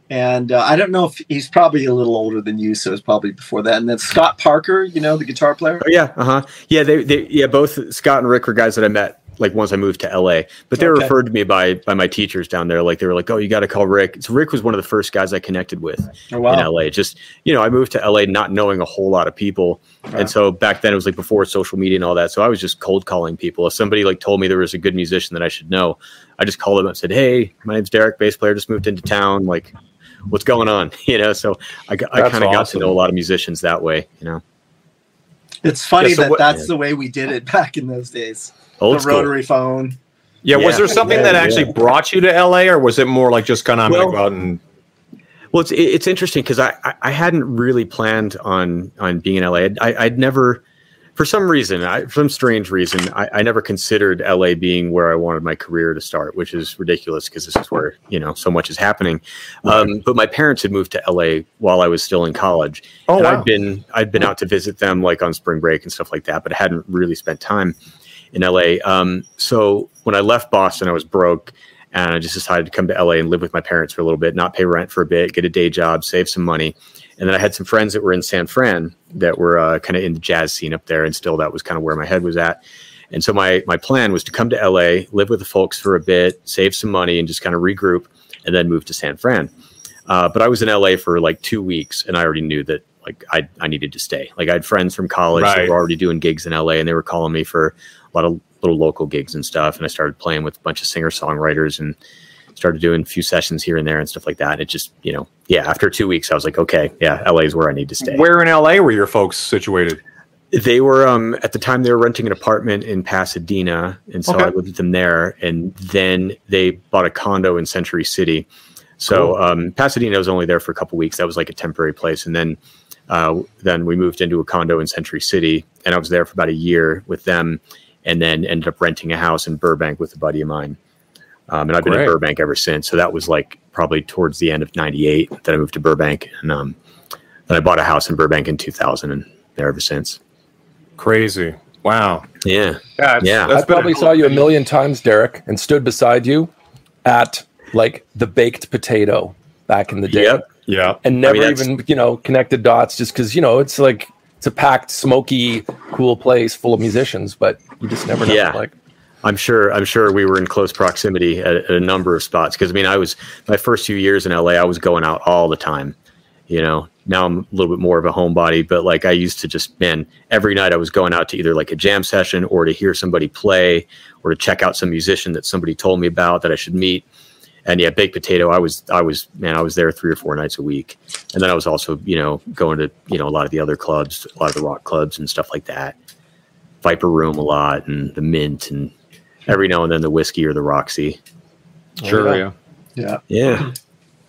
C: And uh, I don't know if he's probably a little older than you, so it's probably before that. And then Scott Parker, you know, the guitar player.
F: Oh yeah, uh huh. Yeah, they, they yeah both Scott and Rick were guys that I met like once I moved to LA, but they were
C: Okay.
F: referred to me by by my teachers down there. Like they were like, oh, you got to call Rick. So Rick was one of the first guys I connected with
C: Oh, wow.
F: in LA. Just you know, I moved to LA not knowing a whole lot of people,
C: Right.
F: and so back then it was like before social media and all that. So I was just cold calling people. If somebody like told me there was a good musician that I should know, I just called them and said, hey, my name's Derek, bass player, just moved into town. Like, what's going on? [laughs] You know, so I, got- I
B: That's
F: kind of got to
B: awesome.
F: know a lot of musicians that way. You know,
C: It's funny
B: Yeah, so
C: that
B: what-
C: that's the way we did it [laughs] back in those days.
F: old
C: the
F: school.
C: rotary phone.
B: Yeah,
F: Yeah.
B: was there something
F: Yeah,
B: that
F: yeah.
B: actually brought you to LA, or was it more like just kind of I'm
F: Well-
B: gonna go out and
F: Well, it's it- it's interesting because I, I I hadn't really planned on on being in LA. I'd, I, I'd never, for some reason, I, for some strange reason, I, I never considered LA being where I wanted my career to start, which is ridiculous because this is where you know so much is happening. Um, but my parents had moved to LA while I was still in college,
B: oh
F: and
B: wow.
F: I'd been I'd been out to visit them like on spring break and stuff like that, but I hadn't really spent time in LA. Um, so when I left Boston, I was broke, and I just decided to come to LA and live with my parents for a little bit, not pay rent for a bit, get a day job, save some money, and then I had some friends that were in San Fran that were uh, kind of in the jazz scene up there, and still that was kind of where my head was at. And so my my plan was to come to LA, live with the folks for a bit, save some money, and just kind of regroup, and then move to San Fran. Uh, but I was in LA for like two weeks, and I already knew that like I I needed to stay. Like I had friends from college that
B: Right.
F: were already doing gigs in LA, and they were calling me for a lot of little local gigs and stuff. And I started playing with a bunch of singer songwriters and started doing a few sessions here and there and stuff like that. And it just you know yeah, after two weeks, I was like, okay, yeah, LA is where I need to stay.
B: Where in LA were your folks situated?
F: They were um at the time they were renting an apartment in Pasadena, and so
B: Okay.
F: I lived with them there. And then they bought a condo in Century City. So um, Pasadena was only there for a couple weeks. That was like a temporary place, and then uh, then we moved into a condo in Century City, and I was there for about a year with them, and then ended up renting a house in Burbank with a buddy of mine. Um, and I've been
B: Great.
F: in Burbank ever since. So that was like probably towards the end of '98 that I moved to Burbank, and um, then I bought a house in Burbank in 2000, and there ever since.
B: Crazy. Wow.
F: Yeah.
B: Yeah. it's-
F: Yeah.
B: that's been
D: I probably
B: a-
D: saw you a million times, Derek, and stood beside you at like the baked potato back in the day,
F: Yep.
B: Yeah.
D: and never
F: I mean, that's-
D: even you know connected dots just because you know it's like it's a packed, smoky, cool place full of musicians, but you just never know.
F: Yeah.
D: Like,
F: I'm sure. I'm sure we were in close proximity at, at a number of spots because I mean, I was my first few years in LA. I was going out all the time. You know, now I'm a little bit more of a homebody, but like I used to just man every night I was going out to either like a jam session or to hear somebody play or to check out some musician that somebody told me about that I should meet. And yeah, baked potato. I was I was man, I was there three or four nights a week, and then I was also you know going to you know a lot of the other clubs, a lot of the rock clubs and stuff like that. Viper Room a lot and the Mint and every now and then the whiskey or the Roxy.
B: Sure. Yeah.
C: Yeah.
F: Yeah.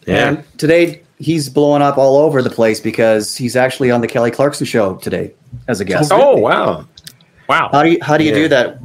F: Yeah.
A: And today he's blowing up all over the place because he's actually on the Kelly Clarkson show today as a guest.
B: Oh wow. Wow.
A: How do you how do you
F: Yeah.
A: do that?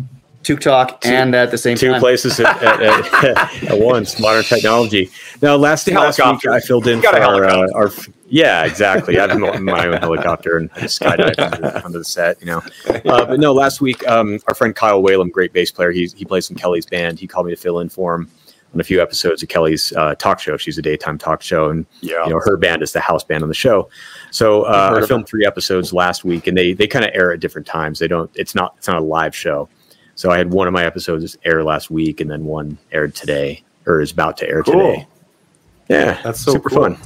A: Tuk talk and at the same
F: Two
A: time.
F: places at, at, [laughs] at, at once. Modern technology. Now, last,
B: The
F: last week
B: helicopter.
F: I filled in
B: You got
F: for
B: a
F: our, uh, our. Yeah, exactly. I have my- my own helicopter [laughs] and I just skydive under, under the set. You know, uh, but no. Last week, um, our friend Kyle Whalem, great bass player, he he plays in Kelly's band. He called me to fill in for him on a few episodes of Kelly's uh, talk show. She's a daytime talk show, and
B: Yeah.
F: you know her band is the house band on the show so
D: I've heard
F: uh, i
D: of
F: filmed three episodes last week and they they kind of air at different times they don't it's not it's not a live show so i had one of my episodes air last week and then one aired today or is about to air
B: Cool.
F: today yeah
B: That's so
F: super
B: cool.
F: fun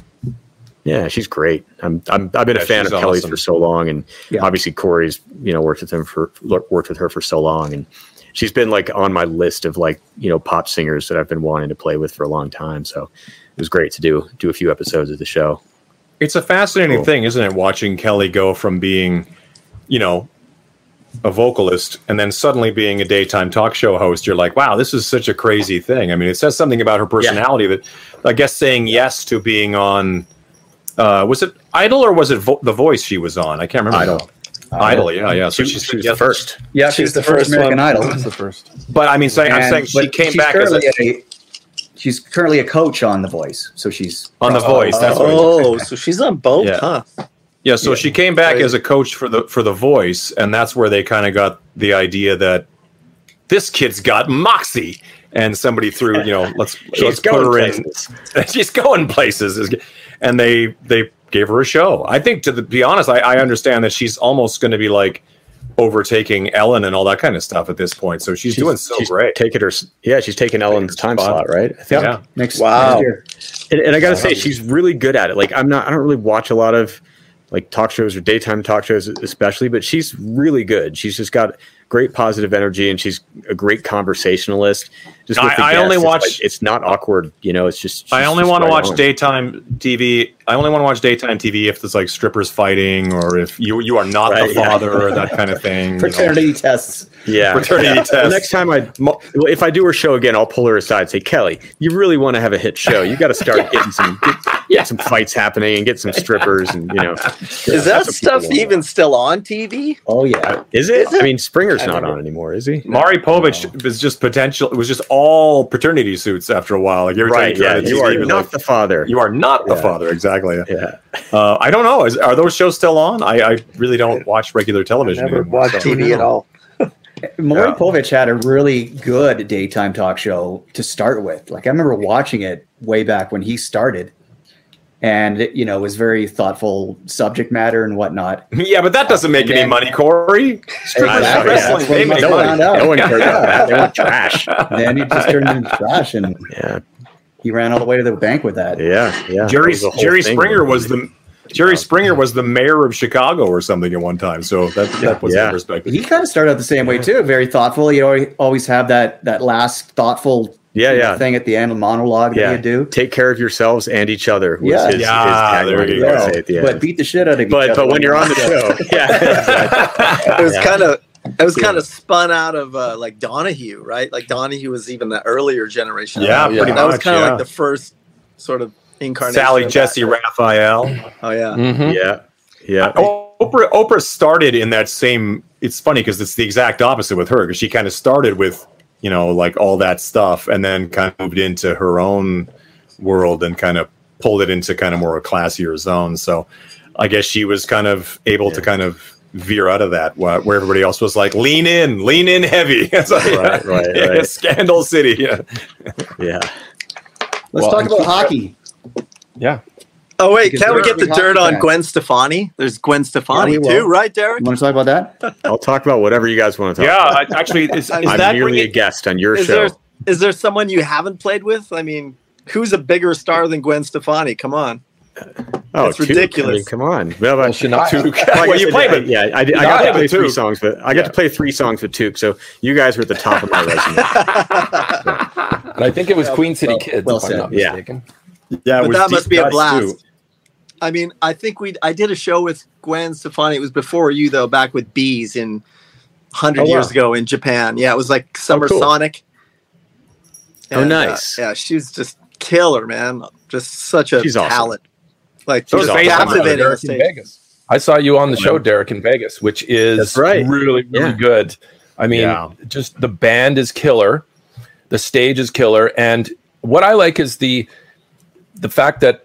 F: yeah she's great i'm, I'm i've been
B: Yeah,
F: a fan of
B: she's
F: kelly's
B: awesome.
F: for so long and
A: Yeah.
F: obviously corey's you know worked with him for worked with her for so long and she's been like on my list of like you know pop singers that i've been wanting to play with for a long time so it was great to do do a few episodes of the show
B: It's a fascinating
F: Cool.
B: thing, isn't it? Watching Kelly go from being, you know, a vocalist and then suddenly being a daytime talk show host, you're like, wow, this is such a crazy thing. I mean, it says something about her personality that I guess saying yes to being on uh, was it Idol or was it vo- The Voice she was on? I can't remember.
F: Idol. Uh,
B: Idol, yeah, yeah. So she,
F: she, she was the first.
C: Yeah, she's, the first,
A: American
C: one.
A: Idol.
D: That's the first.
B: but I mean, saying, I'm
A: And-
B: saying she
A: but
B: came
A: she's
B: back as a,
A: currently a- she's currently a coach on The Voice, so she's
B: on The Voice. That's what it is.
C: oh, so she's on both,
B: Yeah.
C: huh?
B: Yeah, so she came back
C: Right.
B: as a coach for the for the voice, and that's where they kind of got the idea that this kid's got moxie, and somebody threw you know let's let's put her in. [laughs] She's going places, and they they gave her a show. I think to the, be honest, I, I understand that she's almost going to be like overtaking Ellen and all that kind of stuff at this point. So she's, doing so
F: she's
B: great.
F: Taking her, s- yeah, she's taking Ellen's time
B: spot.
F: slot, right? I think.
B: Yeah.
A: next,
C: Wow.
A: next year.
F: And, and I gotta say, she's really good at it. Like I'm not, I don't really watch a lot of like talk shows or daytime talk shows, especially, but she's really good. She's just got great positive energy, and she's a great conversationalist. Just with
B: I-
F: the
B: I
F: guests,
B: only
F: it's
B: watch-
F: like- it's not awkward, you know. It's just
B: I
F: she's
B: only
F: just
B: want to
F: right
B: watch
F: on.
B: daytime TV. I only want to watch daytime TV if there's like strippers fighting or if you you are not
F: Right,
B: the
F: yeah.
B: father or that kind of thing. you know.
A: Fraternity tests.
F: Yeah,
B: Fraternity
F: Yeah.
B: test.
F: The next time I, mo- well, if I do her show again, I'll pull her aside and say, Kelly, you really want to have a hit show. You got to start getting some, get, get some fights happening and get some strippers and you know.
C: Is that stuff even still on TV?
A: Oh yeah,
F: Uh, Is it?
C: Is it?
F: I mean, Springer's
C: I
F: not
C: don't know.
F: on anymore, is he?
B: Mari Povich was just potential. It was just all paternity suits after a while. Like every
F: Right. Yeah.
B: time you
F: You
B: turn on the TV,
F: are
B: you're
F: not
B: like,
F: the father.
B: you are not the
F: Yeah.
B: father. Exactly.
F: Yeah.
B: Uh, I don't know. Is, are those shows still on? I, I really don't watch regular television.
C: Never
B: anymore,
C: watched
B: so-
C: TV at all.
A: Maury
B: Yeah.
A: Povich had a really good daytime talk show to start with. Like I remember watching it way back when he started, and it, you know it was very thoughtful subject matter and whatnot.
B: [laughs]
F: [laughs]
B: Yeah, but that doesn't make
A: And
B: any
A: then-
B: money, Corey. Strippers
A: Exactly.
B: wrestling,
A: That's what
B: they
A: my
B: make
A: son
B: money.
A: found out.
F: No one cared about that. They want trash.
A: then it just turned into trash, and
F: Yeah.
A: he ran all the way to the bank with that.
F: Yeah. Yeah.
B: Jerry
F: That was the whole
B: Jerry
F: thing.
B: Springer was the Jerry Springer was the mayor of Chicago or something at one time. So that that was
F: Yeah.
B: the perspective.
A: He kind of started out the same way too. Very thoughtful. You alwa- always have that that last thoughtful
F: Yeah,
A: you know,
F: yeah.
A: thing at the end of monologue
F: Yeah.
A: that you do.
F: Take care of yourselves and each other. was
A: Yeah.
F: his- his
B: Yeah, there
F: tagline
B: you
F: he would
B: go.
F: say at the end.
A: But beat the shit out of each
F: but
A: other
F: but when you're
A: [laughs]
F: on the show, [laughs] yeah,
B: [laughs]
C: It was
F: Yeah.
C: kind of it was kind of spun out of uh, like Donahue, right? Like Donahue was even the earlier generation.
B: Yeah,
D: yeah.
B: pretty
C: that was
B: much.
C: kind of like
B: Yeah.
C: the first sort of incarnation.
B: Sally
C: of that.
B: Jesse Mm-hmm. Raphael.
C: Oh yeah.
D: Mhm.
F: yeah, yeah.
B: O- Oprah Oprah started in that same. It's funny because it's the exact opposite with her because she kind of started with you know like all that stuff and then kind of moved into her own world and kind of pulled it into kind of more a classier zone. So I guess she was kind of able to kind of veer out of that wh- where everybody else was like lean in, lean in heavy. [laughs] It's like,
F: Right, right,
B: [laughs] yeah,
F: right.
B: Scandal City. Yeah.
F: Yeah.
A: Let's
D: Well,
A: talk about hockey.
D: Yeah.
C: Oh wait,
A: Because
C: can we
A: we're-
C: get the
A: we
C: dirt
A: hockey
C: on
A: fans.
C: Gwen Stefani? There's Gwen Stefani
A: Yeah, we
C: too,
A: will.
C: right, Derek?
A: You want to talk about that?
F: I'll talk about whatever you guys want to talk.
B: Yeah,
F: about.
B: I- actually,
D: [laughs]
B: is, is
F: I'm
B: that
F: merely
B: bringing-
F: a guest on your
C: Is
F: show.
C: there is there someone you haven't played with? I mean, who's a bigger star than Gwen Stefani? Come on.
F: oh,
C: it's
F: Tuke,
C: ridiculous.
F: I mean, come on. [laughs] Well, but- I
B: Well,
F: guess
B: you
F: I
B: play,
F: did-
B: but
F: yeah, I, did, I
B: No, I
F: got to
B: did
F: play
B: too.
F: three songs, but I got to play three songs with Tuke. So you guys were at the top of my resume.
D: And I think it was Queen City Kids,
A: well
D: if I'm
A: said.
D: not
F: Yeah.
D: mistaken.
B: Yeah, it
C: But
B: was
C: that must
B: deep
C: be a
B: cuts,
C: blast.
B: too.
C: I mean, I think we I did a show with Gwen Stefani. It was before you though, back with bees in hundred
F: Oh, wow.
C: years ago in Japan. Yeah, it was like Summer
F: cool.
C: Sonic.
F: Oh,
C: uh,
F: nice.
C: yeah, she's just killer, man. Just such a
F: She's awesome.
C: talent. Like
B: She's
C: just
B: awesome.
C: captivating on
D: Derek in
C: stage.
D: Vegas. I saw you on the show, Derek, in Vegas, which is
F: That's right.
D: really, really
F: Yeah.
D: good. I mean,
F: Yeah.
D: just the band is killer, the stage is killer, and what I like is the the fact that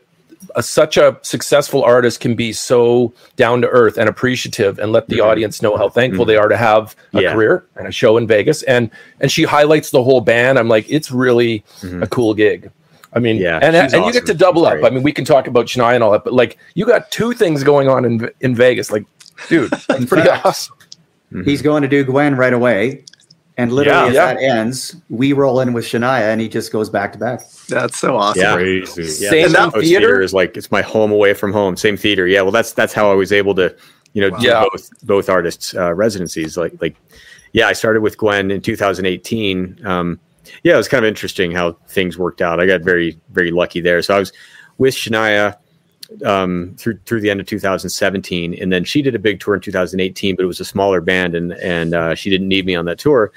D: a, such a successful artist can be so down to earth and appreciative and let the audience know how thankful they are to have a
F: Mm-hmm. Yeah.
D: career and a show in Vegas and and she highlights the whole band I'm like it's really
F: Mm-hmm.
D: a cool gig I mean
F: Yeah,
D: and, and
F: she's
D: you get to
F: awesome.
D: double
F: She's
D: up
F: great.
D: I mean we can talk about Shania and all that but like you got two things going on in in Vegas like [laughs] dude that's pretty
A: fact.
D: awesome
A: Mm-hmm. He's going to do Gwen right away. And literally,
B: Yeah.
A: as
D: Yeah.
A: that ends, we roll in with Shania, and he just goes back to back.
C: That's so awesome.
F: Yeah.
B: Crazy.
F: Yeah,
D: Same
F: the Soho
D: theater?
F: is like it's my home away from home. Same theater. Yeah. Well, that's that's how I was able to, you know, do
D: Yeah.
F: both both artists uh, residencies. Like like, yeah, I started with Gwen in 2018. Um, yeah, it was kind of interesting how things worked out. I got very very lucky there. So I was with Shania um, through through the end of 2017, and then she did a big tour in 2018, but it was a smaller band, and and uh, she didn't need me on that tour.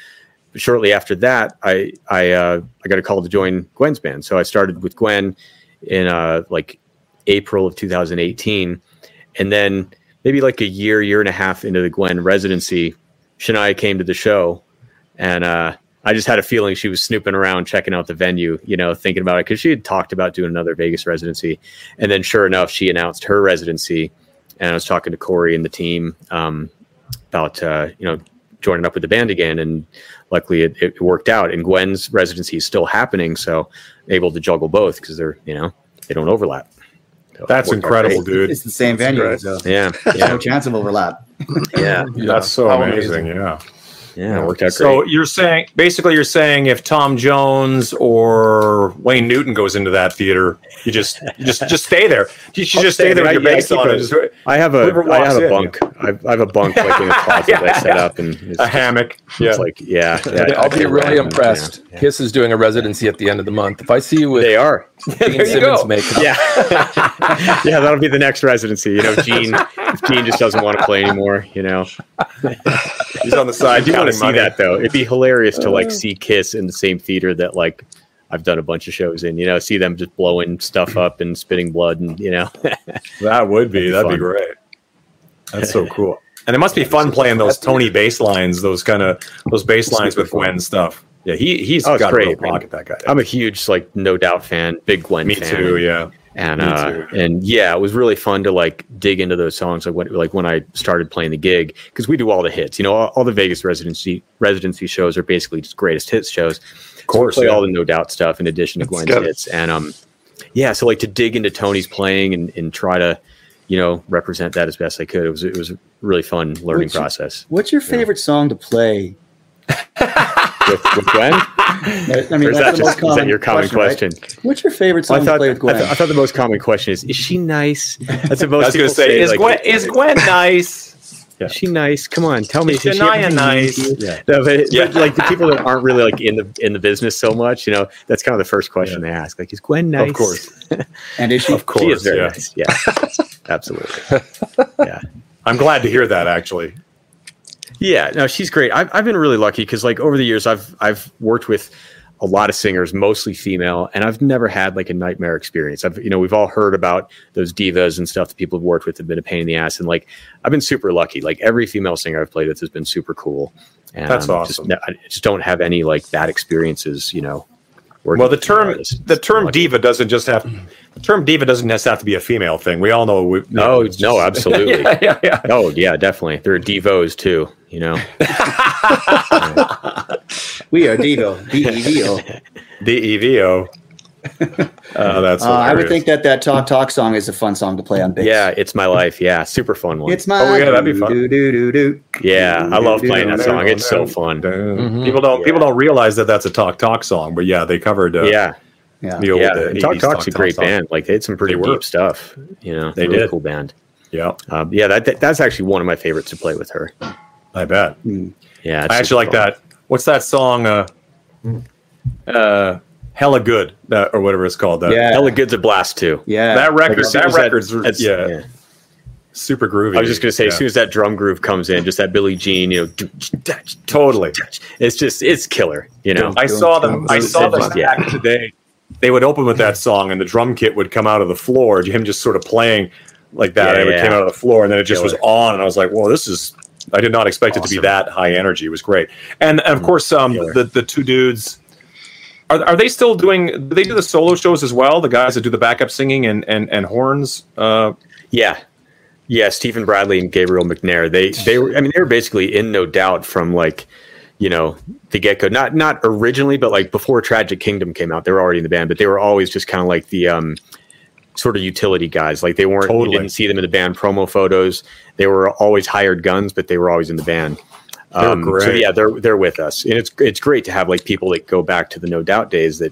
F: But shortly after that, I I uh, I got a call to join Gwen's band, so I started with Gwen in uh, like April of 2018, and then maybe like a year, year and a half into the Gwen residency, Shania came to the show, and uh, I just had a feeling she was snooping around, checking out the venue, you know, thinking about it because she had talked about doing another Vegas residency, and then sure enough, she announced her residency, and I was talking to Corey and the team um, about uh, you know joining up with the band again, and luckily it, it worked out. And Gwen's residency is still happening, so I'm able to juggle both because they're you know they don't overlap. So it
B: That's
F: worked out
B: incredible, dude.
A: It's the same venue,
B: great.
A: so
F: great. Yeah,
A: no
F: [laughs] yeah,
A: chance of overlap.
F: yeah,
B: That's so
D: How
B: amazing. Yeah.
F: yeah. It worked out
B: So
F: great.
B: you're saying basically you're saying if Tom Jones or Wayne Newton goes into that theater, you just you just just stay there. You should
F: I'll
B: just
F: stay
B: stay there with
F: there.
B: your
F: Yeah, I
B: bass
F: keep
B: on.
F: it.
B: and just-
F: I have a
B: Whoever
F: I
B: walks
F: have a
B: in,
F: bunk. I've, I have a bunk like in [laughs] a closet that I set up, and it's,
B: A hammock. Yeah.
F: it's like yeah. yeah, I
D: I'll be
F: can't
D: really
F: imagine,
D: impressed.
F: yeah.
D: Kiss is doing a residency at the end of the month. If I see you with
F: They are.
D: Gene [laughs] Gene Simmons, Simmons mate,
F: Yeah, [laughs] yeah. That'll be the next residency. You know, Gene. if Gene just doesn't want to play anymore. You know,
B: He's
F: [laughs]
B: on the
F: I
B: side.
F: do want to
B: counting
F: see
B: money.
F: that though. It'd be hilarious to like see Kiss in the same theater that like I've done a bunch of shows in. You know, see them just blowing stuff up and spitting blood, and you know,
B: That would be. That'd
F: That'd
B: be,
F: be
B: great. That's so cool. And it must be fun playing those Tony bass lines, those kind of those bass lines with Gwen stuff. Yeah, he he's
F: Oh, it's
B: got a real
F: great, man.
B: pocket. That guy.
F: I'm a huge like No Doubt fan, big Gwen.
B: Me
F: fan,
B: too. Yeah.
F: and
B: Me
F: uh,
B: too.
F: and yeah, it was really fun to like dig into those songs. Like when like when I started playing the gig because we do all the hits. You know, all, all the Vegas residency residency shows are basically just greatest hits shows. Of
B: course,
F: play
B: yeah.
F: all the No Doubt stuff in addition to
C: Let's
F: Gwen's
C: go.
F: hits, and um, yeah, so like to dig into Tony's playing and and try to you know represent that as best I could. It was it was a really fun learning
A: Which-
F: process
A: What's your favorite song to play?
F: with, with Gwen.
A: I mean, that's
F: Or is that
A: the most
F: just is that your common
A: right?
F: question?
A: What's your favorite
F: Well,
A: song to play with Gwen?
F: I thought I thought the most common question is: Is she nice? That's the most.
B: I was gonna
F: people
B: say, is
F: like,
B: Gwen is Gwen nice?
F: Is she nice? Come on, tell me.
B: Is
F: does she have
B: Shania
F: anything
B: nice?
F: mean to you? No, but, but,
B: Yeah.
F: like the people that aren't really like in the in the business so much, you know, that's kind of the first question they ask. Like, is Gwen nice?
B: Of course.
A: and is she?
B: Of course.
F: she is very
B: yeah.
F: nice. Yeah,
B: [laughs]
F: absolutely. Yeah,
B: I'm glad to hear that actually.
F: yeah. No, she's great. I've I've been really lucky because like over the years, I've I've worked with a lot of singers, mostly female, and I've never had like a nightmare experience. I've you know we've all heard about those divas and stuff that people have worked with have been a pain in the ass, and like I've been super lucky. Like every female singer I've played with has been super cool. And,
B: That's
F: um, just
B: awesome.
F: ne- I just don't have any like bad experiences, you know. working
B: Well, the
F: with female
B: term
F: artists.
B: the term
F: Lucky.
B: diva doesn't just have the term diva doesn't just have to be a female thing. We all know. We,
F: No,
B: it's
F: no,
B: just-
F: absolutely.
B: [laughs] yeah, yeah, yeah.
F: Oh yeah, definitely. There are devos too, you know.
A: we are
F: [laughs]
A: Devo. D E V O.
B: D E V O. Uh, that's.
A: Uh, I would
B: hilarious.
A: think that that talk talk song is a fun song to play on bass.
F: Yeah, it's my life. Yeah, super fun one.
A: It's my.
B: Oh, yeah, that'd be fun.
A: Do, do, do, do.
F: yeah, I love playing that
B: Down,
F: song. It's so
B: down,
F: fun.
B: down.
D: Mhm.
B: uh, People don't
F: Mm-hmm. Yeah.
B: people don't realize that that's a Talk Talk song, but yeah, they covered uh,
F: Yeah,
A: Yeah.
B: the old
F: yeah.
B: uh,
F: And Talk
B: 80s
F: Talk's a great
B: song.
F: band. Like they had some pretty
B: They were.
F: deep stuff. You know,
B: They
F: really
B: did.
F: cool band.
B: Yeah,
F: Um, yeah, that, that- that's actually one of my favorites to play with her.
B: I bet.
F: Yeah, it's
B: I
F: super
B: actually like
F: fun.
B: that. What's that song? Uh, uh, Hella Good, that, or whatever it's called. That,
A: Yeah.
F: Hella Good's a blast too.
A: Yeah.
B: that record.
F: Like, as soon
B: that
F: as that-
B: record's
F: that's-
B: yeah, super groovy.
F: I was just gonna say, as
B: Yeah.
F: soon as that drum groove comes in, just that Billie Jean, you know,
B: totally.
F: it's just it's killer. You know,
B: I saw them. I saw them
F: Just- yeah.
B: back today. They would open with that song, and the drum kit would come out of the floor. Him just sort of playing like that.
F: Yeah,
B: and it
F: yeah.
B: came out of the floor, and then it just was
F: Killer.
B: on. And I was like, "Well, this is." I did not expect it to be
F: Awesome. Mm,
B: that high energy. It was great, and, and of course, um,
F: Killer.
B: the the two dudes. Are, are they still doing? Do they do the solo shows as well? The guys that do the backup singing and and and horns. Uh,
F: Yeah. Yeah, Stephen Bradley and Gabriel McNair. They they were I mean they were basically in no doubt from like, you know, the get go. Not not originally, but like before Tragic Kingdom came out, they were already in the band, but they were always just kind of like the um sort of utility guys. Like they weren't
B: Totally.
F: you didn't see them in the band promo photos. They were always hired guns, but they were always in the band.
B: They were
F: Um, so
B: great.
F: yeah, they're they're with us. And it's it's great to have like people that go back to the no doubt days that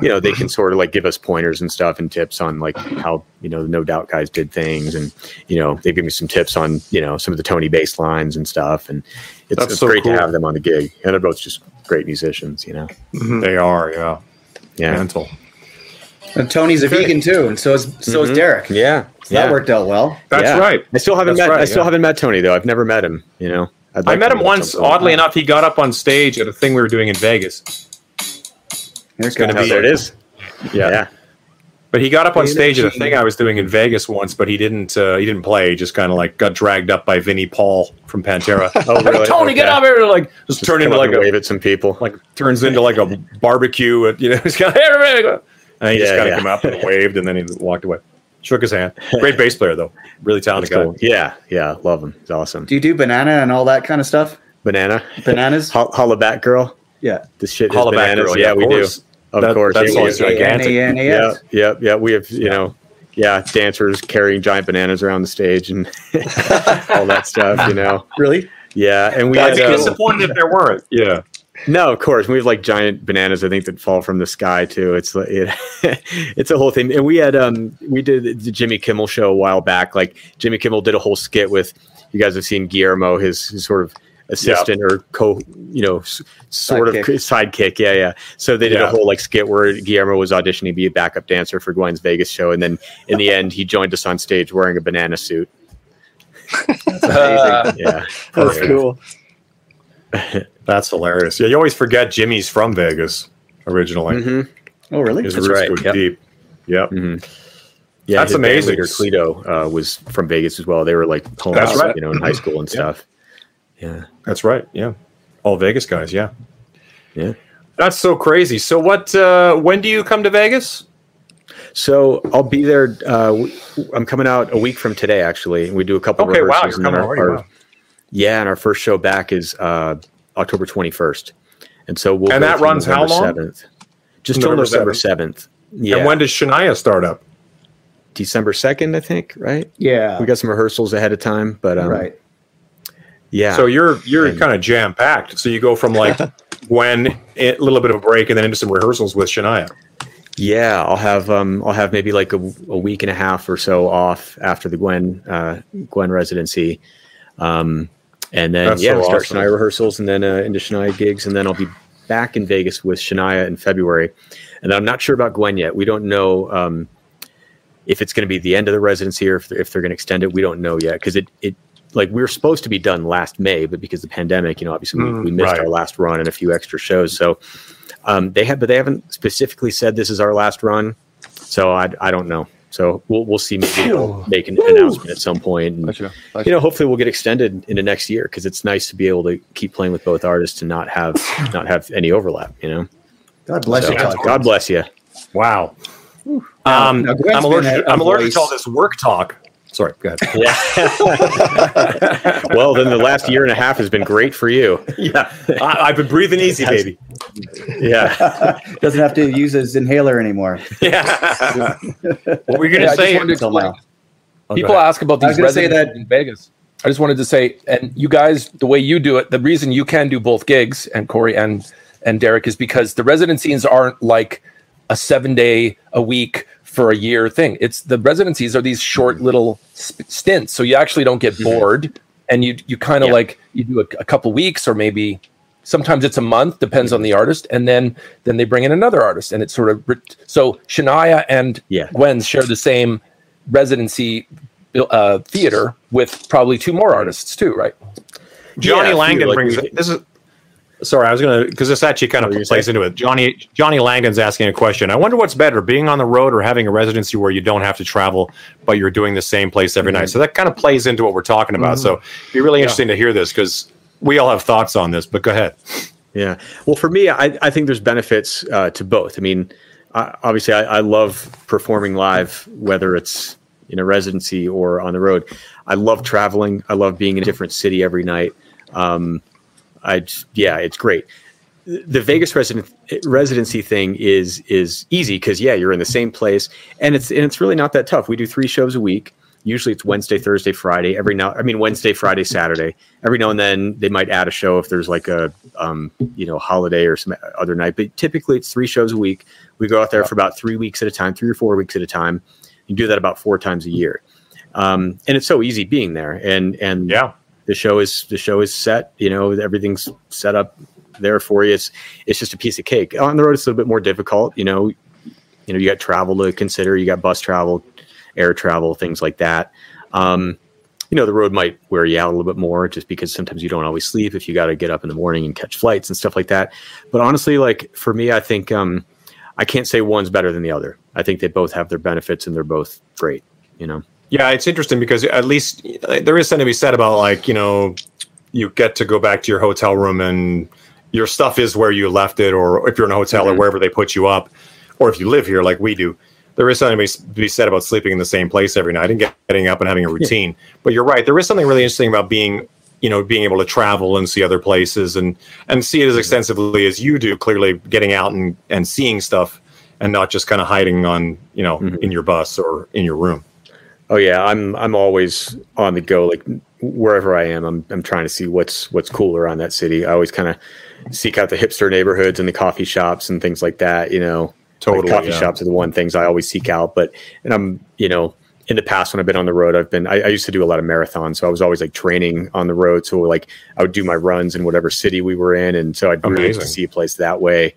F: you know they can sort of like give us pointers and stuff and tips on like how you know the no doubt guys did things and you know they give me some tips on you know some of the tony bass lines and stuff and it's,
B: That's
F: it's
B: so
F: great
B: cool.
F: to have them on the gig and they're Mm-hmm. both just great musicians you know
B: They are, yeah,
F: yeah
B: mental.
A: And Tony's a vegan too, and so is so is
F: Mhm.
A: Derek.
F: Yeah,
A: So That worked out well.
B: That's
F: Yeah.
B: right.
F: I still haven't
B: That's
F: met.
B: right,
F: I still
B: yeah.
F: haven't met Tony though. I've never met him. You know, I'd
B: I
F: like
B: met
F: to
B: him once.
F: something.
B: Oddly enough, he got up on stage at a thing we were doing in Vegas.
A: Here's
B: gonna
F: Oh,
B: be-
F: there it is. Yeah, yeah.
B: But he got up on
E: Being a
B: stage at a
E: genius.
B: thing I was doing in Vegas once. But he didn't. Uh, he didn't play. He just kind of like got dragged up by Vinnie Paul from Pantera.
F: [laughs] Oh, really?
B: Tony, get
F: Okay.
B: up here! Like just,
F: Just
B: turn
F: come
B: into
F: up
B: like
F: and
B: a
F: wave at some people.
B: like turns into like a barbecue. At, you know, [laughs] he's kind of and he just
F: Yeah,
B: kind of
F: yeah.
B: came up and waved, and then he walked away. Shook his
F: [laughs]
B: hand. Great bass player though. Really
F: That's
B: talented guy.
F: cool. Yeah, yeah. Love him. It's awesome.
A: Do you do banana and all that kind of stuff?
F: Banana. [laughs]
A: Bananas?
F: Ho- Holla back, girl.
A: yeah.
F: This shit is
B: Holla back,
F: bananas.
B: girl. Yeah,
F: Yeah,
B: of
F: we do.
B: course.
F: Of
B: That-
F: course.
B: that
F: Yeah,
B: song's
F: yeah, yeah.
B: gigantic.
F: Yeah,
A: N-A-N-A-S.
F: yeah, yeah. We have, you know, yeah, dancers carrying giant bananas around the stage and [laughs] all that stuff, you know.
A: Really?
F: Yeah, and we
B: I'd
F: had,
B: be
F: uh,
B: disappointed if there weren't. [laughs] Yeah.
F: no, of course. We have like giant bananas, I think, that fall from the sky too. It's like it, [laughs] it's a whole thing. And we had um we did the Jimmy Kimmel show a while back. Like Jimmy Kimmel did a whole skit with you guys have seen Guillermo, his, his sort of assistant or co, you know, s- sort of sidekick. Yeah, yeah. So they did
B: Yeah.
F: a whole like skit where Guillermo was auditioning to be a backup dancer for Gwen's Vegas show, and then in the end he joined us on stage wearing a banana suit.
D: Uh,
F: Oh, Yeah,
C: [laughs] That's cool.
B: That's hilarious. Yeah, you always forget Jimmy's from Vegas originally.
F: Mhm.
A: Oh, really?
B: His
F: That's
B: roots
F: right,
B: go
F: yep. Mm-hmm.
B: deep. Yep.
F: Yeah,
B: That's
F: his band
B: amazing.
F: leader, Cleto uh, was from Vegas as well. They were like homies,
B: That's right.
F: you know, in high school and stuff. Yeah,
B: That's right. Yeah. All Vegas guys, yeah.
F: yeah.
B: That's so crazy. So what uh when do you come to Vegas?
F: So I'll be there. Uh, w- I'm coming out a week from today, actually. We do a couple
B: Okay, wow,
F: rehearsals.
B: you're
F: and then
B: coming
F: our-
B: already.
F: our-
B: wow.
F: Yeah, and our first show back is uh, October 21st, and so we'll
B: And
F: go
B: that
F: through
B: runs how
F: November
B: long?
F: 7th. Just till
B: November
F: November 7th. Yeah,
B: And when does Shania start up?
F: December 2nd, I think. Right,
A: Yeah.
B: Uh,
F: we got some rehearsals ahead of time, but um,
A: right.
F: Yeah,
B: So you're you're
F: And-
B: kind of jam packed. So you go
A: [laughs]
B: from like when a little bit of a break and then into some rehearsals with Shania.
F: Yeah, I'll have um, I'll have maybe like a, a week and a half or so off after the Gwen uh, Gwen residency, um, and then
B: That's
F: yeah,
B: so
F: we'll start
B: awesome.
F: Shania rehearsals and then uh, into Shania gigs, and then I'll be back in Vegas with Shania in February, and then I'm not sure about Gwen yet. We don't know um, if it's going to be the end of the residency or if they're, if they're going to extend it. We don't know yet because it it like we were supposed to be done last May, but because of the pandemic, you know, obviously we,
B: Mm,
F: we missed
B: right.
F: our last run and a few extra shows, so. Um, they have, but they haven't specifically said this is our last run, so I, I don't know. So we'll we'll see. Maybe they'll make an announcement at some point. And,
G: Gotcha. Gotcha.
F: you know, hopefully we'll get extended into next year because it's nice to be able to keep playing with both artists and not have not have any overlap. You know,
A: God bless
F: So,
A: you, Todd.
F: God bless you.
B: Wow. Um,
A: Now, Gwen's
B: I'm
A: been
B: allergic.
A: a- a
B: I'm allergic
A: voice-
B: to all this work talk. Sorry, go
A: [laughs]
B: ahead.
F: Well, then the last year and a half has been great for you.
B: yeah, I, I've been breathing easy,
F: That's-
B: baby. [laughs]
F: Yeah,
A: [laughs] Doesn't have to use his inhaler anymore. [laughs]
B: Yeah. what were you gonna
D: Yeah, I just
B: say?
D: wanted to
A: Until now.
B: Oh, go
D: People
B: ahead.
D: ask about
A: I was
D: these
A: gonna say
D: residencies
A: that-
D: in Vegas. I just wanted to say, and you guys, the way you do it, the reason you can do both gigs, and Corey and and Derek, is because the residencies aren't like a seven day a week for a year thing. It's the residencies are these short little sp- stints, so you actually don't get bored, and you you kind of
F: Yeah.
D: like you do a, a couple weeks or maybe sometimes it's a month depends on the artist and then then they bring in another artist and it's sort of ret- so shania and
F: Yeah.
D: gwen share the same residency uh, theater with probably two more artists too, right?
B: Johnny
F: Yeah,
B: Langdon
F: like
B: brings
F: we-
B: this is. Sorry, I was gonna because this actually kind of
F: were you
B: plays
F: gonna
B: into it. Johnny Johnny Langdon's asking a question. I wonder what's better, being on the road or having a residency where you don't have to travel, but you're doing the same place every night. So that kind of plays into what we're talking about. So it'd be really interesting to hear this because we all have thoughts on this. But go ahead.
F: Yeah. Well, for me, I, I think there's benefits uh, to both. I mean, I, obviously, I, I love performing live, whether it's in a residency or on the road. I love traveling. I love being in a different city every night. Um, I j- yeah, it's great. The Vegas resident, residency thing is is easy because yeah, you're in the same place, and it's and it's really not that tough. We do three shows a week. Usually it's Wednesday, Thursday, Friday. Every now, I mean Wednesday, Friday, Saturday. Every now and then they might add a show if there's like a um, you know holiday or some other night. But typically it's three shows a week. We go out there for about three weeks at a time, three or four weeks at a time. You do that about four times a year, um, and it's so easy being there. And and
B: Yeah,
F: the show is the show is set you know everything's set up there for you it's it's just a piece of cake on the road it's a little bit more difficult you know You know, you got travel to consider. You got bus travel, air travel, things like that. Um, you know, the road might wear you out a little bit more just because sometimes you don't always sleep if you got to get up in the morning and catch flights and stuff like that. But honestly, like for me, I think um, I can't say one's better than the other. I think they both have their benefits and they're both great. You know.
B: Yeah, it's interesting because at least uh, there is something to be said about like you know you get to go back to your hotel room and your stuff is where you left it, or if you're in a hotel or wherever they put you up, or if you live here like we do. There is something to be s- be said about sleeping in the same place every night and get- getting up and having a routine. But you're right; there is something really interesting about being, you know, being able to travel and see other places and and see it as extensively as you do. Clearly, getting out and and seeing stuff and not just kind of hiding on, you know, in your bus or in your room.
F: Oh yeah, I'm I'm always on the go. Like wherever I am, I'm I'm trying to see what's what's cool around that city. I always kind of seek out the hipster neighborhoods and the coffee shops and things like that. You know, Like,
B: Totally,
F: coffee
B: yeah.
F: shops are the one things I always seek out. But and I'm you know in the past when I've been on the road, I've been I, I used to do a lot of marathons, so I was always like training on the road. So like I would do my runs in whatever city we were in, and so I'd really
B: Amazing.
F: see a place that way.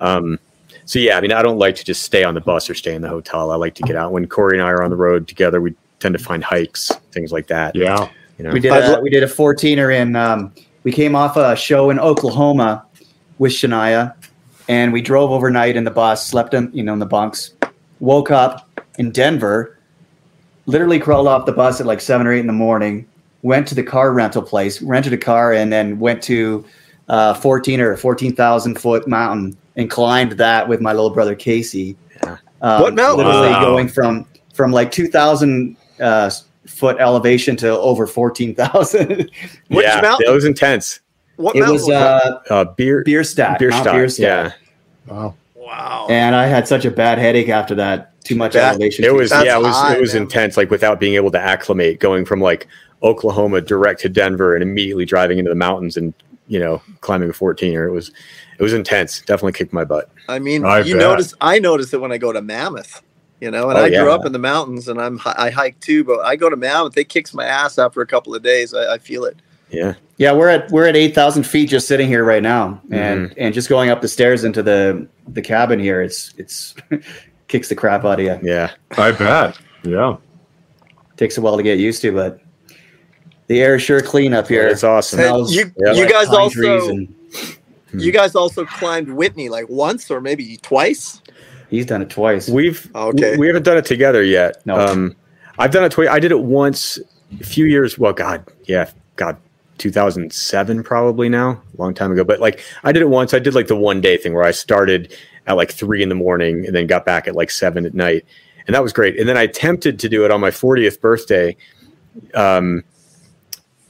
F: Um, so yeah, I mean, I don't like to just stay on the bus or stay in the hotel. I like to get out. When Corey and I are on the road together, we tend to find hikes, things like that.
B: Yeah.
F: you know,
A: We did
C: I'd
A: a,
C: li-
A: we did a 14er in um, we came off a show in Oklahoma with Shania and we drove overnight in the bus, slept in you know in the bunks, woke up in Denver, literally crawled off the bus at like seven or eight in the morning, went to the car rental place, rented a car, and then went to uh, 14 or 14,000 foot mountain and climbed that with my little brother Casey. Um,
E: What mountain?
A: Literally
B: Wow.
A: going from from like 2,000 uh, foot elevation to over [laughs] 14,000.
E: Which
F: yeah,
E: mountain?
F: that was intense.
E: What
A: it was uh,
F: Uh, beer,
A: beer stack,
F: beer,
A: Mount
F: stock,
A: beer stack.
F: yeah.
C: Wow.
E: wow.
A: And I had such a bad headache after that. Too much
C: That-
A: elevation.
F: It was
C: That's
F: yeah, it was
C: high,
F: it was
C: man.
F: intense. Like without being able to acclimate, going from like Oklahoma direct to Denver and immediately driving into the mountains and you know climbing a fourteen. Or it was it was intense. Definitely kicked my butt.
C: I mean,
B: I
C: you
B: bet.
C: notice I notice it when I go to Mammoth, you know, and
F: Oh,
C: I grew
F: yeah.
C: up in the mountains and I'm hi- I hike too, but I go to Mammoth, it kicks my ass after a couple of days. I, I feel it.
F: Yeah,
A: Yeah, we're at we're at eight thousand feet just sitting here right now,
C: Mm-hmm.
A: and and just going up the stairs into the the cabin here, it's it's [laughs] kicks the crap out of you.
F: yeah.
B: I bet. Yeah.
A: Takes a while to get used to, but the air is sure clean up here.
F: It's awesome.
C: Hey, you- you guys
A: pine
C: also-
A: trees and
F: Hmm.
C: You guys also climbed Whitney like once or maybe twice.
A: he's done it twice.
F: We've
C: Okay.
F: okay. We haven't done it together yet.
A: No.
F: Um, I've done it. Twi- I did it once a few years. Well, God, yeah, God, 2007 probably now, a long time ago. But like, I did it once. I did like the one day thing where I started at like three in the morning and then got back at like seven at night, and that was great. And then I attempted to do it on my 40th birthday, um,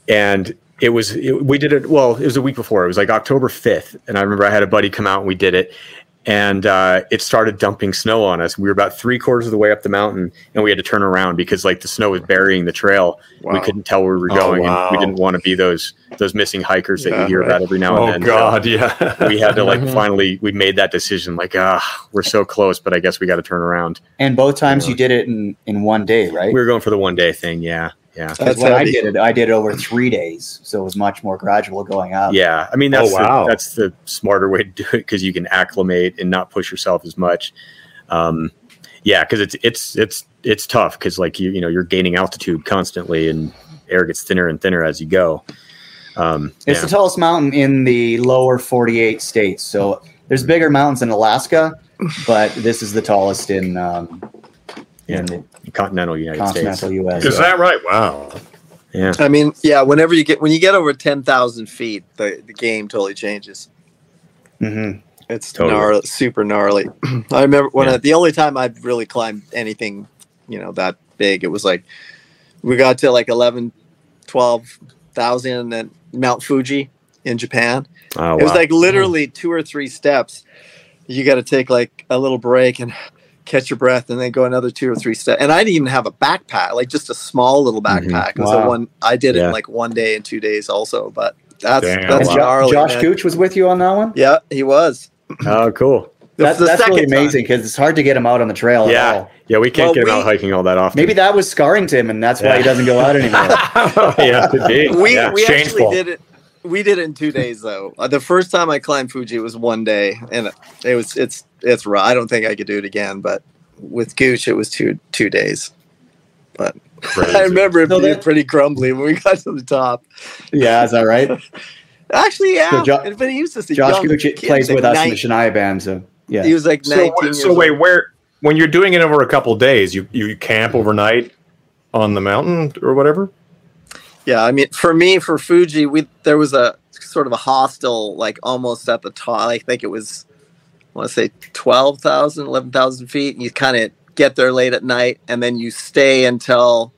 F: and. It was it, we did it well. It was a week before. It was like October fifth, and I remember I had a buddy come out and we did it, and uh, it started dumping snow on us. We were about three quarters of the way up the mountain, and we had to turn around because like the snow was burying the trail. We couldn't tell where we were
B: Oh,
F: going, and
B: wow.
F: we didn't want to be those those missing hikers that
C: Yeah,
F: you hear about every now and
B: Oh
F: then. So
B: God, yeah. [laughs]
F: we had to like finally we made that decision. Like ah, we're so close, but I guess we got to turn around.
A: and both times you did it in in one day, right?
F: We were going for the one day thing. Yeah, yeah,
A: 'Cause
C: That's
A: when I
C: heavy.
A: did it, I did it over three days, so it was much more gradual going up.
F: yeah. I mean that's
B: Oh, wow.
F: the, that's the smarter way to do it because you can acclimate and not push yourself as much. Um, yeah, because it's it's it's it's tough because like you you know you're gaining altitude constantly and air gets thinner and thinner as you go. Um,
A: It's
F: yeah.
A: the tallest mountain in the lower 48 states. So there's bigger mountains in Alaska, but this is the tallest in um, in the
F: continental United
A: continental
F: States.
A: U.S.
B: Is that right? Wow.
F: Yeah,
C: I mean, yeah, whenever you get when you get over ten thousand feet, the, the game totally changes.
A: hmm
C: It's
F: Totally.
C: gnarly, super gnarly. [clears throat] I remember when
F: Yeah.
C: I, the only time I really climbed anything, you know, that big, it was like we got to like 11, 12,000 at Mount Fuji in Japan.
F: oh,
C: It was
F: wow.
C: like literally two or three steps. You got to take like a little break and catch your breath and then go another two or three steps. And I didn't even have a backpack, like just a small little backpack. It was the
A: Wow.
C: one I did it
F: Mm-hmm. Yeah.
C: in like one day and two days also, but that's,
B: Damn.
C: that's
A: And Jo-
C: gnarly.
A: Josh
C: man.
A: Gooch was with you on that one.
C: Yeah, he was.
F: oh cool.
A: That,
C: the
A: that's really
C: second time.
A: amazing because it's hard to get him out on the trail. at
F: Yeah,
A: all.
F: yeah. We can't
C: Well,
F: get him out
C: we-
F: hiking all that often.
A: Oh, Maybe that was scarring to him, and that's why
F: Yeah. [laughs]
A: he doesn't go out anymore.
F: yeah, could be.
C: [laughs] we
F: Yeah.
C: we
B: change
C: actually
B: ball.
C: did it. we did it in two days though. Uh, The first time I climbed Fuji was one day, and it was it's it's raw. I don't think I could do it again, but with Gooch it was two two days. But [laughs] I remember it
A: No,
C: being
A: that-
C: pretty crumbly when we [laughs] got to the top.
A: Yeah, is that right?
C: Actually, yeah,
A: So Jo-
C: and- but he was just a
A: Josh
C: young
A: Gucci
C: kid,
A: plays
C: like
A: with us in
C: nine-
A: the Shania band, so yeah.
C: He was like
B: So,
C: nineteen.
B: wha-
C: years
B: so wait,
C: old.
B: where when you're doing it over a couple days, you you camp overnight on the mountain or whatever?
C: Yeah, I mean, for me, for Fuji, we there was a sort of a hostel, like almost at the top. I think it was, I want to say 12,000, 11,000 feet. You kind of get there late at night, and then you stay until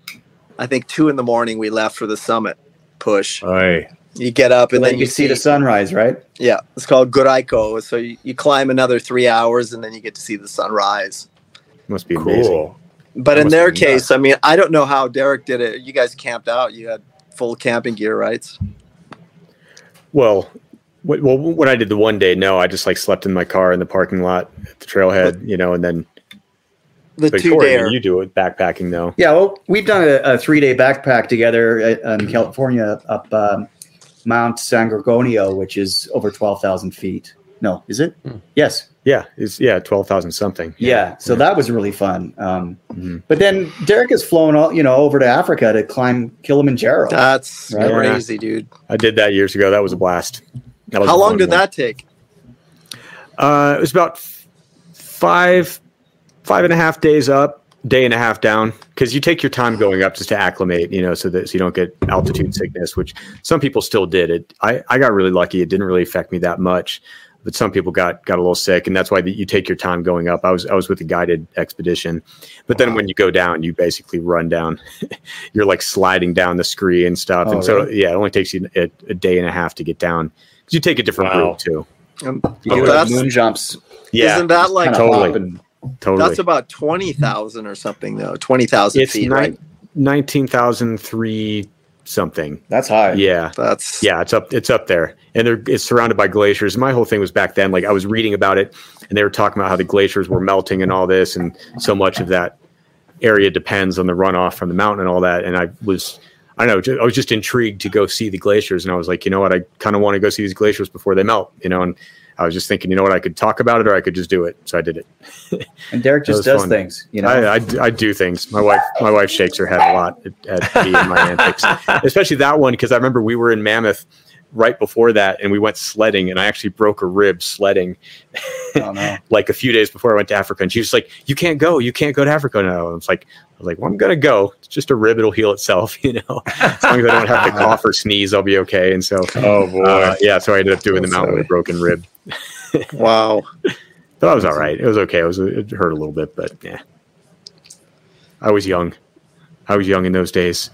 C: I think two in the morning. We left for the summit push.
B: Aye.
C: You get up, and
A: and
C: then
A: you see the sunrise, right?
C: Yeah, it's called Goraiko. So you, you climb another three hours, and then you get to see the sunrise.
F: Must be amazing.
B: Cool.
C: But
B: That
C: in
B: must
C: their
B: be nuts.
C: case, I mean, I don't know how Derek did it. You guys camped out. You had full camping gear, right?
F: Well, wh- well, when I did the one day, no, I just like slept in my car in the parking lot at the trailhead, you know, and then
C: The two
F: Victoria,
C: dare.
F: you do it backpacking though.
A: Yeah, well, we've done a, a three day backpack together uh,
F: Mm-hmm.
A: in California up um, Mount San Gorgonio, which is over 12,000 feet. No, is it?
F: Hmm.
A: Yes.
F: Yeah, it's yeah, twelve thousand something.
A: Yeah. So that was really fun. Um,
F: Mhm.
A: But then Derek has flown, all, you know, over to Africa to climb Kilimanjaro.
C: That's
A: Right.
C: crazy, dude.
F: I did that years ago. That was a blast. That was
C: How
F: a
C: long
F: fun
C: did
F: one.
C: that take?
F: Uh, it was about f- five, five and a half days up, day and a half down, because you take your time going up just to acclimate, you know, so that so you don't get altitude sickness, which some people still did. It, I, I got really lucky; it didn't really affect me that much, but some people got got a little sick, and that's why you take your time going up. I was I was with a guided expedition, but then when you go down, you basically run down. [laughs] You're like sliding down the scree and stuff,
A: Oh,
F: and so
A: really?
F: yeah, it only takes you a, a day and a half to get down because you take a different
B: Wow.
F: route too.
C: Um,
A: You do
C: that's-
A: moon jumps.
F: Yeah,
C: Isn't that like
A: kinda
F: totally.
A: hop and-
F: totally.
C: that's about twenty thousand or something though? Twenty thousand
F: it's
C: feet,
F: nine
C: right?
F: nineteen thousand three something.
A: that's high.
F: Yeah,
C: That's
F: yeah, it's up, it's up there, and they're it's surrounded by glaciers. My whole thing was back then, like I was reading about it, and they were talking about how the glaciers were melting and all this, and so much of that area depends on the runoff from the mountain and all that. And I was, I don't know, ju- I was just intrigued to go see the glaciers, and I was like, you know what, I kind of want to go see these glaciers before they melt, you know, and. I was just thinking, you know what, I could talk about it or I could just do it. So I did it.
A: And Derek just
F: That
A: does
F: was fun.
A: things, you know.
F: I, uh, I, I do things. My wife my wife shakes her head a lot at, at me and my
A: [laughs]
F: antics, especially that one because I remember we were in Mammoth right before that and we went sledding and I actually broke a rib sledding
A: don't know.
F: like a few days before I went to Africa and she was like, "You can't go. You can't go to Africa now." And I was like, "I was like, well, I'm gonna go. It's just a rib. It'll heal itself. [laughs] You know, as long as I don't have to cough or sneeze, I'll be
A: [laughs]
F: okay." And so,
B: Oh boy.
F: uh, yeah, so I ended up doing the
C: That's
F: mountain with a broken rib.
C: wow.
F: But I was all right. It was okay. It was it hurt a little bit, but yeah. I was young. I was young in those days.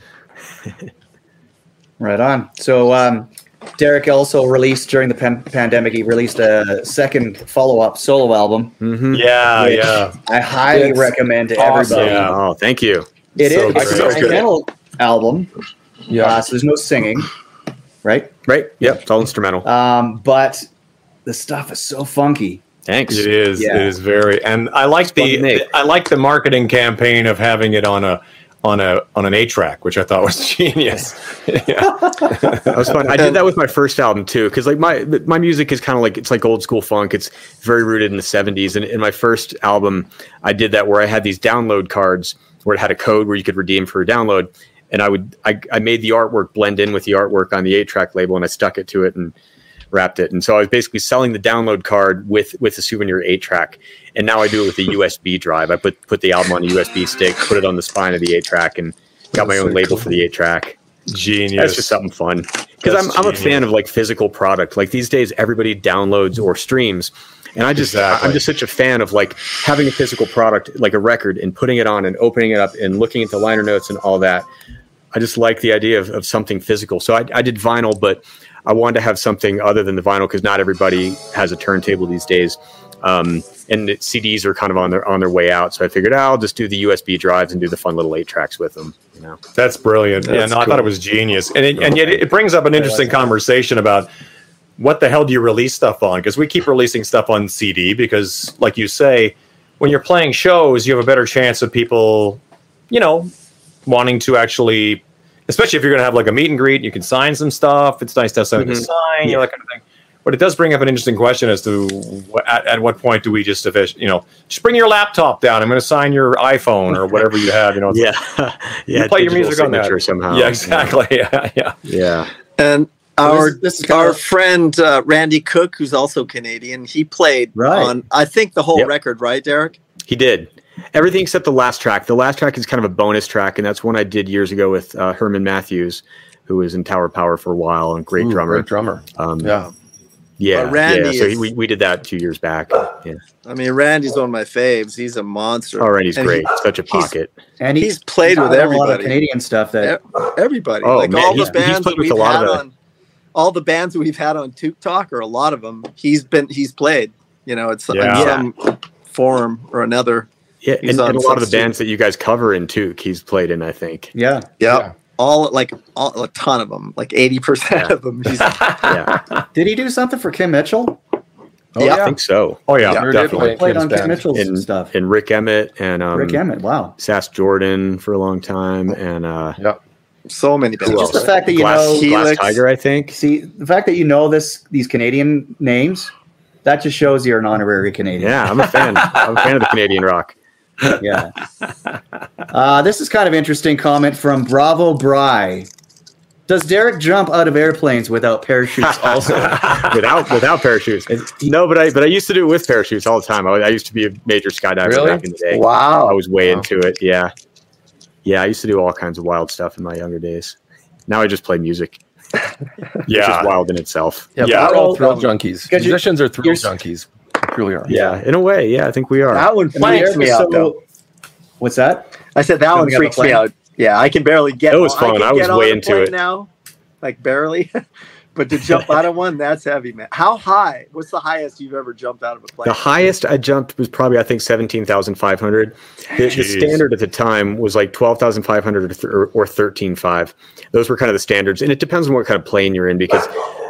A: Right on. So, um, Derek also released during the pan- pandemic, he released a second follow up solo album.
F: Mm-hmm.
B: Yeah,
A: Which
B: yeah.
A: I highly
D: It's
A: recommend to
B: awesome.
A: everybody.
B: Yeah.
F: Oh, thank you.
A: It
B: So
A: is-
B: good.
A: it's
B: So
A: an
B: good.
A: instrumental album,
D: Yeah.
A: uh, so there's no singing, right?
F: Right? Yep. It's all instrumental.
A: Um, but the stuff is so funky.
F: Thanks.
B: It is.
A: Yeah.
B: It is very. And I like
F: fun
B: the,
F: to make.
B: I like the marketing campaign of having it on a on a on an A track, which I thought was [laughs] genius. yeah.
F: That was fun. I did that with my first album too, because like my my music is kind of like it's like old school funk. It's very rooted in the '70s. And in my first album, I did that where I had these download cards where it had a code where you could redeem for a download, and I would I, I made the artwork blend in with the artwork on the eight track label, and I stuck it to it and wrapped it. And so I was basically selling the download card with with a souvenir eight track. And now I do it with a USB drive. I put put the album on a USB stick, put it on the spine of the eight track, and got my own label for the eight track.
B: Genius.
F: That's just something fun because
B: That's
F: I'm, I'm a
B: genius.
F: fan of like physical product. Like these days, everybody downloads or streams, and I just
B: Exactly.
F: I'm just such a fan of like having a physical product, like a record, and putting it on and opening it up and looking at the liner notes and all that. I just like the idea of, of something physical. So I, I did vinyl, but I wanted to have something other than the vinyl because not everybody has a turntable these days. Um, and it- CDs are kind of on their on their way out, so I figured "Ah, I'll just do the USB drives and do the fun little eight tracks with them. You know,
B: That's brilliant. yeah,
C: That's
B: no, I thought it was genius, and it, and yet it it brings up an interesting conversation about what the hell do you release stuff on? Because we keep releasing stuff on CD because, like you say, when you're playing shows, you have a better chance of people, you know, wanting to actually especially if you're going to have like a meet and greet, you can sign some stuff. It's nice to have something to sign, you know, that kind of thing. But it does bring up an interesting question as to wh- at, at what point do we just, offici- you know, just bring your laptop down. I'm going to sign your iPhone or whatever you have. You know, it's
F: Yeah, yeah. [laughs]
B: You play your
F: digital
B: music on that.
F: signature somehow.
B: like- yeah, exactly. [laughs] Yeah, yeah.
F: Yeah,
C: And
A: So
C: our
A: this- this is
C: our
A: kinda-
C: friend uh, Randy Cook, who's also Canadian, he played
A: Right.
C: on I think the whole
F: Yep.
C: record, right, Derek?
F: he did everything except the last track. The last track is kind of a bonus track, and that's one I did years ago with uh, Herman Matthews, who was in Tower Power for a while and great
D: Ooh,
F: drummer.
D: great drummer.
F: Um, yeah,
A: Yeah.
F: yeah.
C: But Randy
F: So he,
C: is-
F: we, we did that two years back. Yeah,
C: I mean, Randy's one of my faves. He's a monster.
F: all right, he's
C: And
F: great. Such a
C: he's-
F: pocket.
A: And
C: He's played
A: done A
C: with
A: lot of
C: everybody.
A: Canadian stuff that
C: Everybody,
F: Oh,
C: like
F: man,
C: all
F: he's-
C: the
F: he's
C: bands
F: played
C: that
F: with
C: we've
F: a lot
C: had
F: of the-
C: on, all the bands that we've had on Took Talk, or a lot of them, he's been he's played. You know, it's
B: Yeah.
C: in some form or another.
F: Yeah,
C: He's
F: and,
C: on
F: and a lot of the
C: Substitute.
F: bands that you guys cover in Tuke, he's played in. I think.
A: yeah.
C: Yeah, all like all, a ton of them, like eighty percent
F: Yeah. Oh,
C: of them.
F: [laughs]
C: He's
F: Yeah,
A: Did he do something for Kim Mitchell?
D: Oh,
C: Yeah.
F: I think so.
B: Oh, yeah,
C: Yeah.
D: You're
B: definitely.
D: definitely-
A: Played
D: Kim's
A: on Kim
D: band.
A: Mitchell's
F: And
A: stuff.
F: and Rick Emmett and um,
A: Rick Emmett. Wow.
F: Sass Jordan for a long time, and uh,
C: so many
F: who
C: bands.
F: else?
A: Just the fact that you
F: Glass,
A: know-
F: Glass
C: Helix.
F: Tiger, I think.
A: See, the fact that you know this these Canadian names, that just shows you're an honorary Canadian.
F: Yeah, I'm a fan. I'm a fan of the Canadian rock.
A: Yeah. uh, this is kind of interesting comment from Bravo Bry. Does Derek jump out of airplanes without parachutes also?
F: [laughs] without without parachutes. No, but I but I used to do it with parachutes all the time. I, was- I used to be a major skydiver
D: Really?
F: back in the day. I
C: Wow.
F: was way into it. Yeah, yeah. I used to do all kinds of wild stuff in my younger days. Now I just play music, which is
B: Yeah.
F: wild in itself.
D: Yeah,
B: Yeah.
D: we're all thrill
A: Um,
D: junkies.
A: because you-
D: Musicians are thrill
A: you're-
D: junkies. We Truly are.
F: Yeah, in a way. Yeah, I think we are.
C: That one
A: And the
C: freaks
A: air
C: me
A: was
C: out,
A: so-
C: though.
A: What's that?
C: I said that one
A: Jumping out
C: freaks
A: the
C: me
A: plane?
C: out. Yeah, I can barely get.
F: That was
C: on-
F: fun.
C: can
F: I was
C: get on
F: way
C: a
F: into
C: plane
F: it.
C: now, like barely. [laughs] but to
F: [laughs]
C: jump out of one, that's heavy, man. How high? What's the highest you've ever jumped out of a plane?
F: The highest I jumped was probably I think seventeen thousand five hundred. The, the
B: Jeez.
F: standard at the time was like twelve thousand five hundred or, th- or, or thirteen five. Those were kind of the standards, and it depends on what kind of plane you're in because,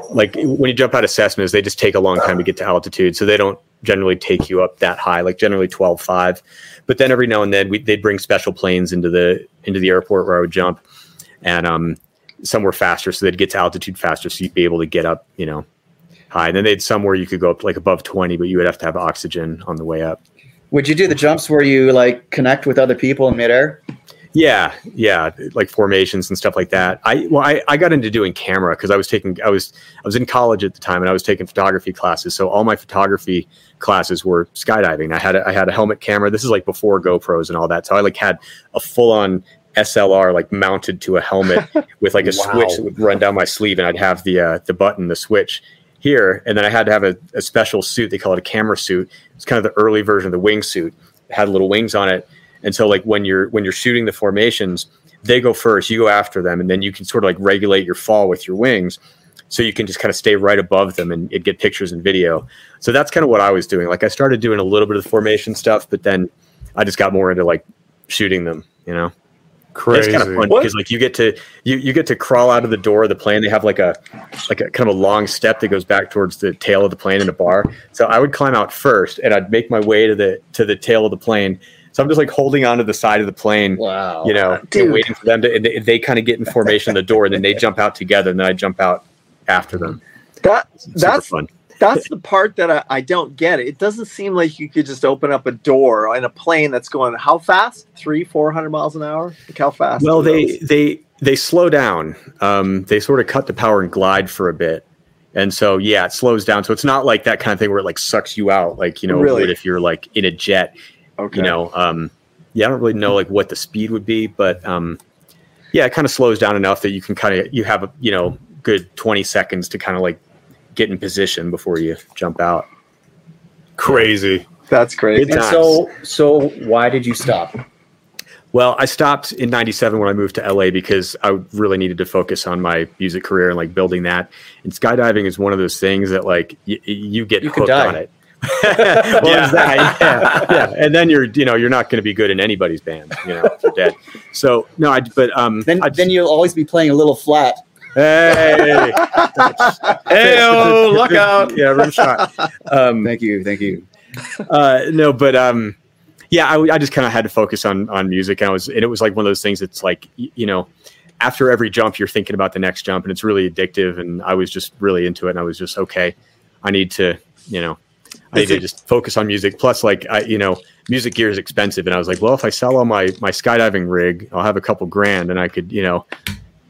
F: like when you jump out of Cessnas, they just take a long time to get to altitude, so they don't generally take you up that high. Like generally twelve five, but then every now and then we, they'd bring special planes into the into the airport where I would jump, and um, some were faster, so they'd get to altitude faster, so you'd be able to get up, you know, high. And then they'd somewhere you could go up like above 20, but you would have to have oxygen on the way up.
A: Would you do the jumps where you like connect with other people in midair?
F: Yeah, yeah, like formations and stuff like that. I well, I, I got into doing camera because I was taking I was I was in college at the time and I was taking photography classes. So all my photography classes were skydiving. I had a, I had a helmet camera. This is like before GoPros and all that. So I like had a full on SLR like mounted to a helmet with like a switch that would run down my sleeve and I'd have the uh, the button the switch here and then I had to have a, a special suit. They call it a camera suit. It's kind of the early version of the wingsuit. It had little wings on it. And so like when you're when you're shooting the formations, they go first, you go after them, and then you can sort of like regulate your fall with your wings. So you can just kind of stay right above them and, and get pictures and video. So that's kind of what I was doing. Like I started doing a little bit of the formation stuff, but then I just got more into like shooting them, you know. And
B: Crazy.
F: It's kind of fun because like you get to you you get to crawl out of the door of the plane. They have like a like a kind of a long step that goes back towards the tail of the plane in a bar. So I would climb out first, and I'd make my way to the to the tail of the plane. So I'm just like holding onto the side of the plane,
A: Wow.
F: you know, and
C: Dude.
F: waiting for them to. And they, they kind of get in formation at the door, and then they jump out together, and then I jump out after them.
C: that
F: It's super
C: that's
F: fun.
C: that's the part that I, I don't get. It doesn't seem like you could just open up a door in a plane that's going how fast? Three, four hundred miles an hour? Like how fast?
F: Well,
C: are
F: they
C: those?
F: they they slow down. Um, they sort of cut the power and glide for a bit, and so yeah, it slows down. So it's not like that kind of thing where it like sucks you out, like you know,
C: Really?
F: would if you're like in a jet,
C: okay.
F: you know. Um, yeah, I don't really know like what the speed would be, but um, yeah, it kind of slows down enough that you can kind of you have a you know good twenty seconds to kind of like get in position before you jump out.
B: crazy.
C: that's crazy.
F: It's-
A: And so so why did you stop?
F: Well, I stopped in 97 when I moved to LA because I really needed to focus on my music career and like building that. And skydiving is one of those things that like y- y- you get
A: You could
F: hooked
A: die.
F: on it. [laughs] well,
B: Yeah.
F: yeah. That. yeah, yeah, and then you're, you know, you're not going to be good in anybody's band, you know, if you're dead. So no, I, but um,
A: Then
F: I
A: then you'll always be playing a little flat.
F: hey, oh,
B: Hey, look out.
F: yeah, room shot. Um,
E: Thank you, thank you.
F: uh, no, but um, yeah, I, I just kind of had to focus on on music, and I was, and it was like one of those things that's like, y- you know, after every jump, you're thinking about the next jump, and it's really addictive. And I was just really into it, and I was just okay. I need to, you know, I need
A: Is
F: to
A: it-
F: just focus on music. Plus, like I, you know, music gear is expensive, and I was like, well, if I sell all my my skydiving rig, I'll have a couple grand, and I could, you know,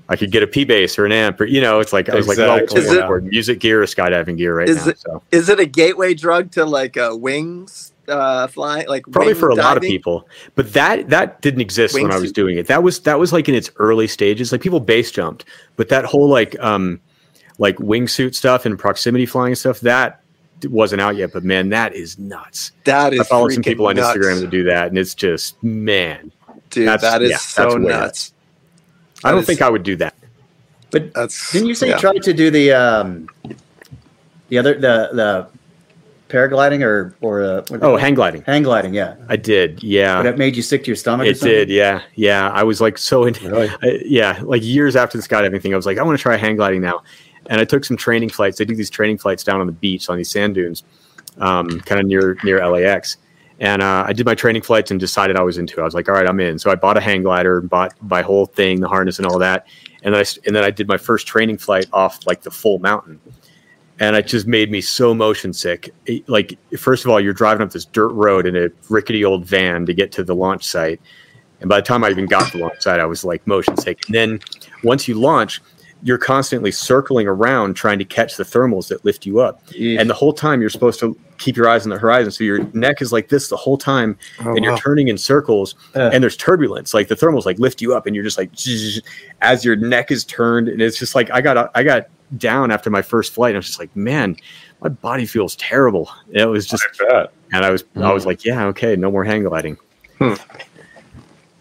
F: I could get a P bass or an amp, or you know, it's like I was like,
B: Exactly.
F: well,
C: Is
F: what's more
C: it-
F: important, music gear or skydiving gear right
C: Is
F: now?
C: it-
F: so
C: Is it a gateway drug to like uh, wings uh, flying? Like
F: probably
C: wing
F: for a lot of
C: diving?
F: people, but that that didn't exist when I was
C: Wingsuit.
F: doing it. That was that was like in its early stages. Like people base jumped, but that whole like um like wingsuit stuff and proximity flying stuff that wasn't out yet. But man, that is nuts.
C: That is
F: I follow some
C: freaking
F: people on
C: nuts,
F: Instagram that do that, and it's just man.
C: Dude,
F: That's-
C: that is
F: yeah, that's
C: so
F: way nuts.
C: nuts.
F: I
C: That
F: don't
C: is-
F: think I would do that.
C: That's
A: Didn't you say
C: yeah.
A: you tried to do the um, the other the the paragliding or or uh, what-
F: Oh, hang gliding.
A: hang gliding? Yeah,
F: I did.
A: but
F: Yeah.
A: it made you sick to your stomach. or
F: It
A: something?
F: did. Yeah. Yeah. I was like so into
B: Really?
F: [laughs] I, yeah, like years after the skydiving thing, I was like, I want to try hang gliding now. And I took some training flights. They do these training flights down on the beach on these sand dunes, um, kind of near near LAX. And uh, I did my training flights and decided I was into it. I was like, all right, I'm in. So I bought a hang glider, bought my whole thing, the harness and all that. And then I s- and then I did my first training flight off like the full mountain. And it just made me so motion sick. It- like, first of all, you're driving up this dirt road in a rickety old van to get to the launch site. And by the time I even got to the launch site, I was like motion sick. And then once you launch, you're constantly circling around trying to catch the thermals that lift you up.
A: Yeah.
F: And the whole time you're supposed to keep your eyes on the horizon. So your neck is like this the whole time and you're turning in circles
A: Uh.
F: and there's turbulence. Like the thermals like lift you up and you're just like zzz, as your neck is turned. And it's just like I got I got down after my first flight. And I was just like, man, my body feels terrible. And it was just
B: Like that.
F: and I was I was like, yeah, okay, no more hang gliding.
B: Hmm.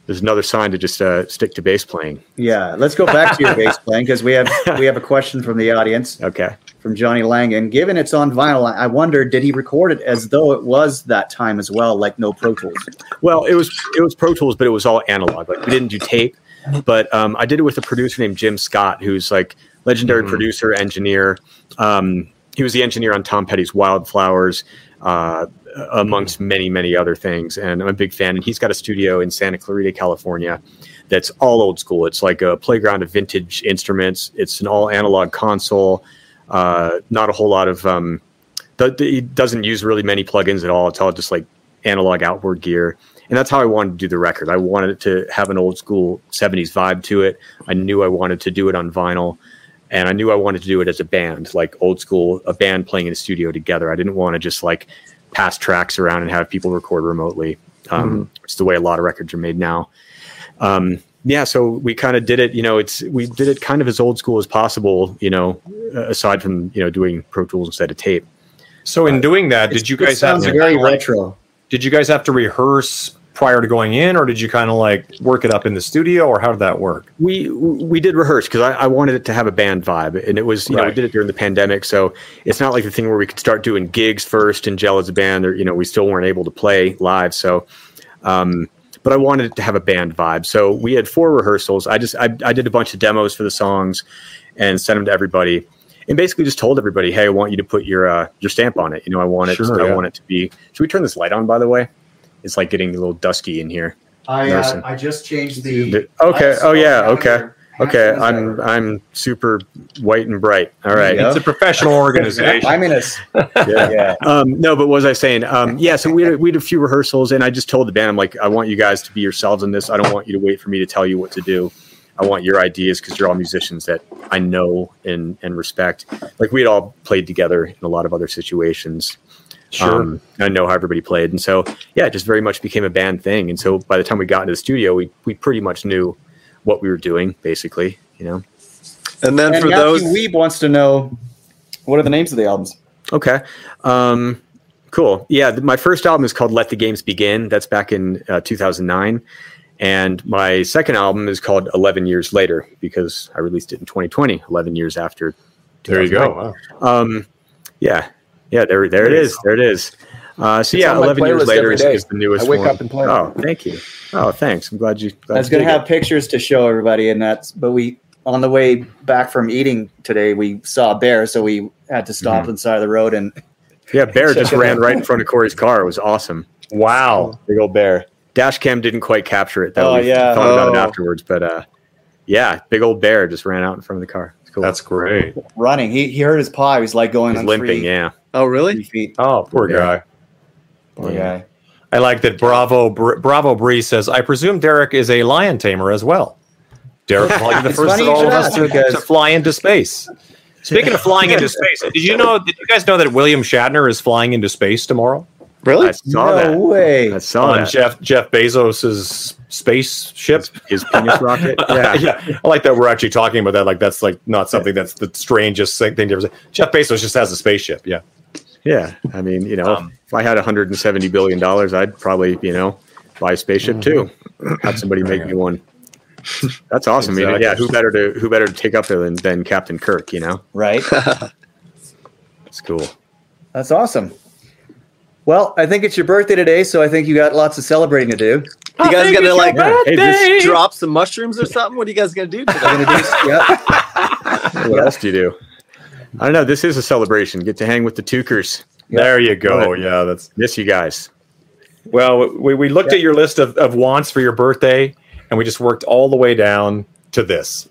F: There's another sign to just uh, stick to bass playing.
A: Yeah, let's go back to your bass playing because we have we have a question from the audience
F: Okay.
A: from Johnny Langan. Given it's on vinyl, I I wonder did he record it as though it was that time as well, like no Pro Tools?
F: Well, it was it was Pro Tools, but it was all analog. Like we didn't do tape, but um, I did it with a producer named Jim Scott, who's like legendary producer engineer. Um, he was the engineer on Tom Petty's Wildflowers, uh, amongst many many other things. And I'm a big fan. And he's got a studio in Santa Clarita, California, that's all old school. It's like a playground of vintage instruments. It's an all analog console. Uh, not a whole lot of um, th- th- it doesn't use really many plugins at all. It's all just like analog outward gear. And that's how I wanted to do the record. I wanted it to have an old school 70s vibe to it. I knew I wanted to do it on vinyl. And I knew I wanted to do it as a band, like old school, a band playing in a studio together. I didn't want to just like pass tracks around and have people record remotely. Um, It's the way a lot of records are made now. Um, yeah, so we kind of did it. You know, it's we did it kind of as old school as possible. You know, uh, aside from you know doing Pro Tools instead of tape.
B: So in doing that, did you
A: It
B: guys have
A: sounds
B: to
A: very
B: kinda like-
A: retro.
B: did you guys have to rehearse prior to going in, or did you kind of like work it up in the studio, or how did that work?
F: we we did rehearse because I, I wanted it to have a band vibe, and it was you know we
B: Right.
F: did it during the pandemic, so it's not like the thing where we could start doing gigs first and gel as a band, or you know we still weren't able to play live. So, um, but I wanted it to have a band vibe, so we had four rehearsals. I just I, I did a bunch of demos for the songs and sent them to everybody, and basically just told everybody, hey, I want you to put your uh, your stamp on it. You know, I want it.
B: Sure,
F: I
B: yeah.
F: want it to be. Should we turn this light on? By the way, it's like getting a little dusky in here.
A: I uh,
F: Listen.
A: I just changed
F: The- okay. Oh yeah. Okay. Okay, I'm I'm super white and bright. All right.
A: Yeah.
B: It's
A: [laughs]
B: a professional organization.
A: I'm in a s- [laughs] yeah.
F: Um, no, but what was I saying? Um, yeah. So we had, we had a few rehearsals, and I just told the band, I'm like, I want you guys to be yourselves in this. I don't want you to wait for me to tell you what to do. I want your ideas because you're all musicians that I know and and respect. Like we had all played together in a lot of other situations.
B: sure.
F: Um, and I know how everybody played, and so yeah, it just very much became a band thing. And so by the time we got into the studio, we we pretty much knew what we were doing, basically. You know.
C: And then
A: And
C: for
A: Matthew
C: those,
A: Weeb wants to know what are the names of the albums?
F: Okay. Um, cool. Yeah, th- my first album is called Let the Games Begin. That's back in uh, 2009. And my second album is called 11 Years Later because I released it in 2020, 11 years after.
B: there you go. Wow.
F: Um, yeah. Yeah, there, there it is. There it is. Uh, so
D: It's
F: yeah,
D: on my
F: 11
D: playlist
F: years later
D: every
F: is,
D: day.
F: is the newest
D: I wake
F: one.
D: up and play it.
F: Oh, thank you. Oh, thanks. I'm glad you. Glad
A: I was
F: you
A: going to
F: dig
A: have pictures to show everybody, and that's. But we on the way back from eating today, we saw a bear, so we had to stop on the side of the road. And
F: it. Yeah, Bear just
A: Check it
F: ran
A: out.
F: right in front of Corey's car. It was awesome.
B: Wow.
F: Big old bear. Dash cam didn't quite capture it. Though.
A: Oh,
F: We
A: yeah.
F: Thought about it
C: Oh.
F: afterwards, but uh, yeah, big old bear just ran out in front of the car. It's cool.
B: That's great.
A: running. He he hurt his paw. He was like going
F: He's
A: on
F: limping.
A: three,
F: Yeah.
C: Oh,
A: three
C: really?
A: feet.
B: Oh, poor
F: Yeah.
B: guy.
A: Poor
F: Yeah.
A: guy.
B: I like that. Bravo, Br- Bravo Bree says. I presume Derek is a lion tamer as well. Derek, probably
A: [laughs]
B: the
A: It's
B: first
A: funny
B: of
A: you
B: all
A: should
B: of us
A: ask,
B: to, uh,
A: because-
B: to fly into space. Speaking of flying into space, did you know? Did you guys know that William Shatner is flying into space tomorrow
C: Really?
F: I
C: [laughs]
F: saw
A: no
F: that.
A: way.
F: I saw
B: on
F: that.
B: Jeff Jeff Bezos's spaceship?
F: His
B: [laughs]
F: penis rocket.
A: [laughs]
B: yeah. yeah, I like that we're actually talking about that. Like that's like not something that's the strangest thing to ever say. Jeff Bezos just has a spaceship. Yeah,
F: Yeah, I mean, you know,
B: Um,
F: if I had 170 billion dollars, I'd probably, you know, buy a spaceship too. Have somebody make me one. That's awesome. I mean,
B: Exactly.
F: yeah, who better to who better to take up there than, than Captain Kirk? You know,
A: [laughs] Right.
F: it's cool.
A: That's awesome. Well, I think it's your birthday today, so I think you got lots of celebrating to do.
C: You guys gonna like
F: Hey, this,
C: drop some mushrooms or something? What are you guys gonna do today?
F: [laughs]
A: Gonna do- yeah.
F: what else do you do? I don't know. This is a celebration. Get to hang with the Tukers.
B: there you go.
F: Right.
B: Yeah, that's
F: Miss you guys.
B: well. We, we looked at your list of, of wants for your birthday, and we just worked all the way down to this.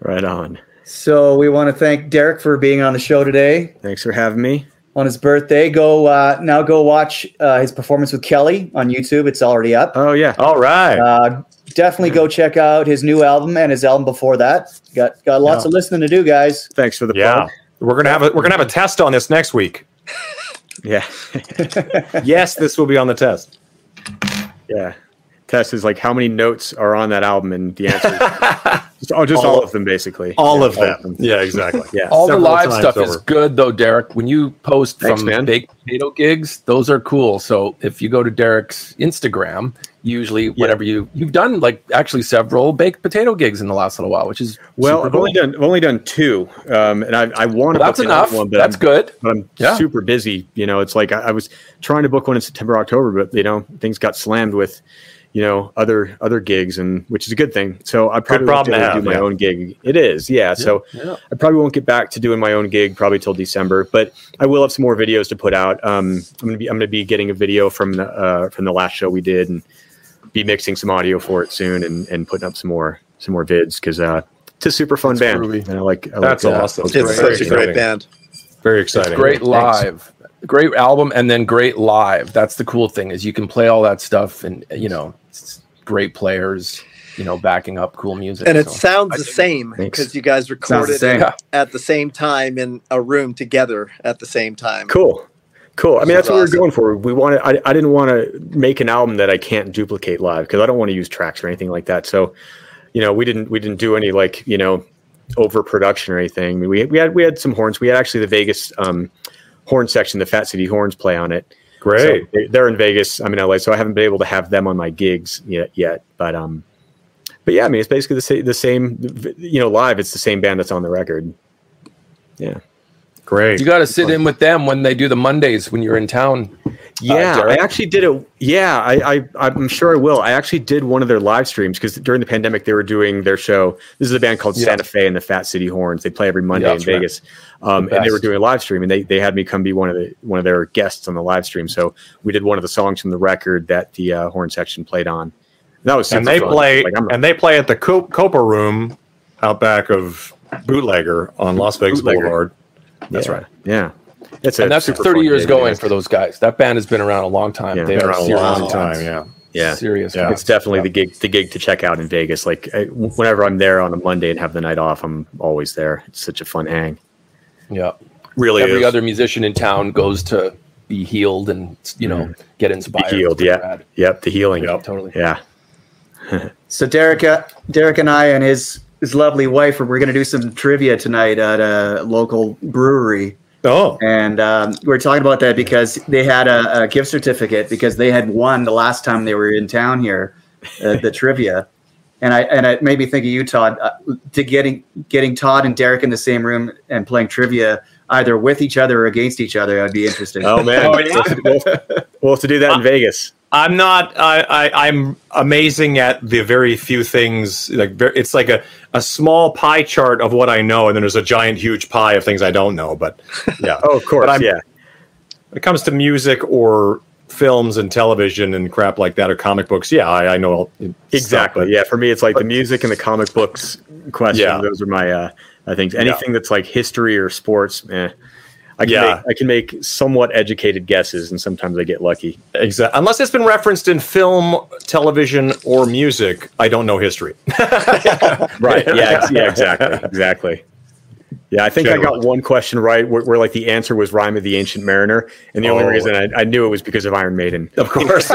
F: Right on.
A: So we want to thank Derek for being on the show today
F: Thanks for having me.
A: on his birthday. Go uh, now. Go watch uh, his performance with Kelly on YouTube. It's already up.
F: Oh yeah.
B: All right,
A: Uh, definitely go check out his new album and his album before that. Got got lots of listening to do, guys.
F: Thanks for the
B: yeah.
F: plug. [laughs]
B: We're gonna have a we're gonna have a test on this next week.
F: Yeah.
B: Yes, this will be on the test.
F: Yeah. Test is like how many notes are on that album, and the answer [laughs] is just, oh, just all,
B: All-
F: of them, basically.
B: All
F: Yeah,
B: of them. Yeah, exactly.
F: Yeah.
D: All the
B: Several
D: live
B: times
D: stuff is
B: over.
D: good though, Derek. When you post
F: Thanks,
D: from
F: man.
D: baked potato gigs, those are cool. So if you go to Derek's Instagram, usually whatever you you've done, like actually several baked potato gigs in the last little while, which is
F: Well,
D: super
F: I've only
D: cool.
F: done I've only done two, um, and I I want
D: Well,
F: to
D: that's
F: book another
D: enough.
F: One, but
D: that's
F: I'm,
D: good.
F: But I'm
D: Yeah.
F: super busy. You know, it's like I, I was trying to book one in September, October, but you know things got slammed with you know other other gigs, and which is a good thing. So I probably
B: problem
F: won't be
B: to
F: able
B: have,
F: do my
B: yeah.
F: own gig. It is, yeah. So
D: Yeah.
F: I probably won't get back to doing my own gig probably till December, but I will have some more videos to put out. Um, I'm gonna be I'm gonna be getting a video from the uh, from the last show we did, and be mixing some audio for it soon, and and putting up some more some more vids because uh, it's a super fun band,
D: groovy.
F: and I like I
B: That's
F: like, uh,
B: awesome.
C: It's
B: Very
C: such a great
B: exciting.
C: band.
B: Very
D: It's
B: exciting.
D: great live. Great album and then great live. That's the cool thing is you can play all that stuff and you know, it's great players, you know, backing up cool music.
C: And it
D: So-
C: sounds the same
F: Thanks.
C: because you guys
E: Sounds the
C: recorded
E: same.
C: it at the same time in a room together at the same time.
F: Cool. Cool. I mean,
C: That's
F: that's what we
C: awesome.
F: we're going for. We wanted. I, I didn't want to make an album that I can't duplicate live because I don't want to use tracks or anything like that. So, you know, we didn't we didn't do any like you know overproduction or anything. We we had we had some horns. We had actually the Vegas um, horn section, the Fat City Horns, play on it.
B: Great.
F: So they- they're in Vegas. I'm in LA, so I haven't been able to have them on my gigs yet. Yet, but um, but yeah, I mean, it's basically the, sa- the same. You know, live, it's the same band that's on the record. Yeah.
B: Great.
D: you got to sit in with them when they do the Mondays when you're in town. Uh,
F: Yeah, I
D: Derek?
F: actually did a yeah. I, I I'm sure I will. I actually did one of their live streams because during the pandemic they were doing their show. This is a band called
D: Yeah.
F: Santa Fe and the Fat City Horns. They play every Monday
D: Yeah,
F: in
D: that's right.
F: Vegas, um,
D: The
F: and they were
D: best.
F: doing a live stream. And they they had me come be one of the one of their guests on the live stream. So we did one of the songs from the record that the uh, horn section played on. That was super
B: and they
F: fun.
B: play
F: Like, I'm a
B: and they play at the Co- Copa Room out back of Bootlegger on Las Vegas
F: Bootlegger.
B: Boulevard. That's
F: Yeah.
B: right.
F: yeah. That's a
D: and that's
F: super
D: 30
F: fun
D: years
F: gig,
D: going
F: yeah.
D: for those guys. That band has been around a long time.
F: Yeah,
D: They
B: Been
D: are
B: around a
D: serious
B: long
D: cats.
B: time. Yeah.
F: Yeah.
D: Serious.
B: Yeah.
D: cats.
F: it's definitely the gig the gig to check out in Vegas. Like I, whenever I'm there on a Monday and have the night off, I'm always there. It's such a fun hang.
D: Yeah.
B: Really
D: Every
B: is.
D: other musician in town goes to be healed and, you know, get inspired.
F: the Mm. healed,
D: It's
F: yeah,
D: rad.
F: yep, the healing,
B: Yep.
D: Totally.
F: yeah,
A: So Derek, uh, Derek and I and his his lovely wife, we're going to do some trivia tonight at a local brewery.
B: oh.
A: And um, we we're talking about that because they had a, a gift certificate because they had won the last time they were in town here, uh, the trivia. And I and it made me think of you, Todd, uh, to getting getting Todd and Derek in the same room and playing trivia either with each other or against each other. That'd be interesting.
F: oh man, [laughs] we'll, we'll have to do that in Vegas.
B: I'm not. I, I I'm amazing at the very few things. Like ver- it's like a a small pie chart of what I know, and then there's a giant, huge pie
F: [laughs]
B: of things I don't know. But yeah.
F: Oh, of course,
B: I'm-
F: yeah,
B: When it comes to music or films and television and crap like that or comic books, yeah, I, I know all
F: Exactly. yeah. For me, it's like the music and the comic books question.
B: Yeah.
F: Those are my uh, I think anything that's like history or sports. Eh. I can
B: Yeah.
F: make, I can make somewhat educated guesses, and sometimes I get lucky.
B: Exactly. Unless it's been referenced in film, television, or music, I don't know
F: [laughs]
B: history. [laughs]
F: Right. Yeah. ex- yeah. Exactly. Exactly. Yeah, I think I got one question right where, where like the answer was "Rhyme of the Ancient Mariner," and the only
B: Oh.
F: reason I, I knew it was because of Iron Maiden.
B: Of course.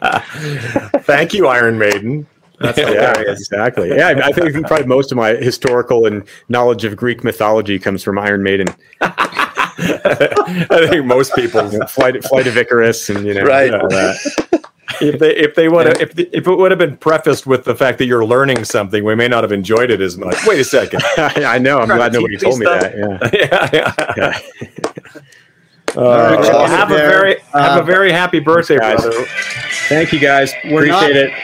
B: Thank you, Iron Maiden. That's
F: yeah, exactly. Yeah, I I think probably most of my historical and knowledge of Greek mythology comes from Iron Maiden,
B: I think most people,
F: You know, Flight, Flight of Icarus, and you know,
C: Right.
F: all that. [laughs]
B: if they if they would have if, the- if it would have been prefaced with the fact that you're learning something, we may not have enjoyed it as much. Wait a
F: [laughs]
B: second. [laughs]
F: I know. I'm glad nobody told me that. Yeah.
B: yeah, yeah.
A: All right,
B: well,
A: guys,
B: have a
A: there.
B: very have a
A: Um,
B: very happy birthday,
F: guys.
B: brother.
F: Thank you guys.
A: We're not-
F: Appreciate it.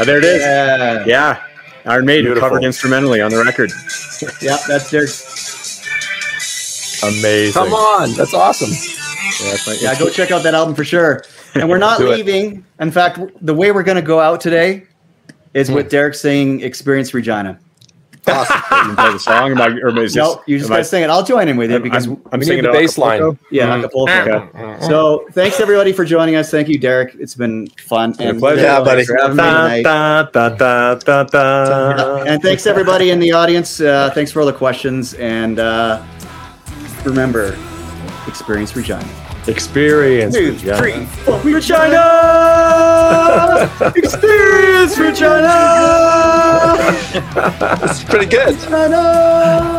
F: Oh, there it is. Yeah.
A: Yeah.
F: Iron Maiden
B: Beautiful.
F: covered instrumentally on the record.
A: Yep, that's Derek's.
B: Amazing.
C: Come on, that's awesome.
A: Yeah, go check out that album for sure. And we're not
D: Do it.
A: leaving. In fact, the way we're going to go out today is with Derek singing Experience Regina.
F: Can you play the song? Am I, or is this,
A: No, you just
F: am I-
A: got to sing it. I'll join in with you
F: I'm,
A: because,
F: I'm, Mm-hmm. I'm
D: We
F: singing
D: need the
F: a-
D: bass line.
F: Acapulco?
A: yeah, Acapulco. So thanks everybody for joining us. Thank you, Derek. It's been fun. And uh,
B: pleasure.
C: Yeah, buddy.
A: Thanks for having me tonight.
B: Da, da, da, da, da.
A: And thanks everybody in the audience. Uh, thanks for all the questions. And uh, remember, Experience Regina.
B: Experience.
A: Two,
B: Yeah.
A: three,
B: Regina!
A: [laughs]
B: Experience Regina!
C: It's pretty good.
A: Regina!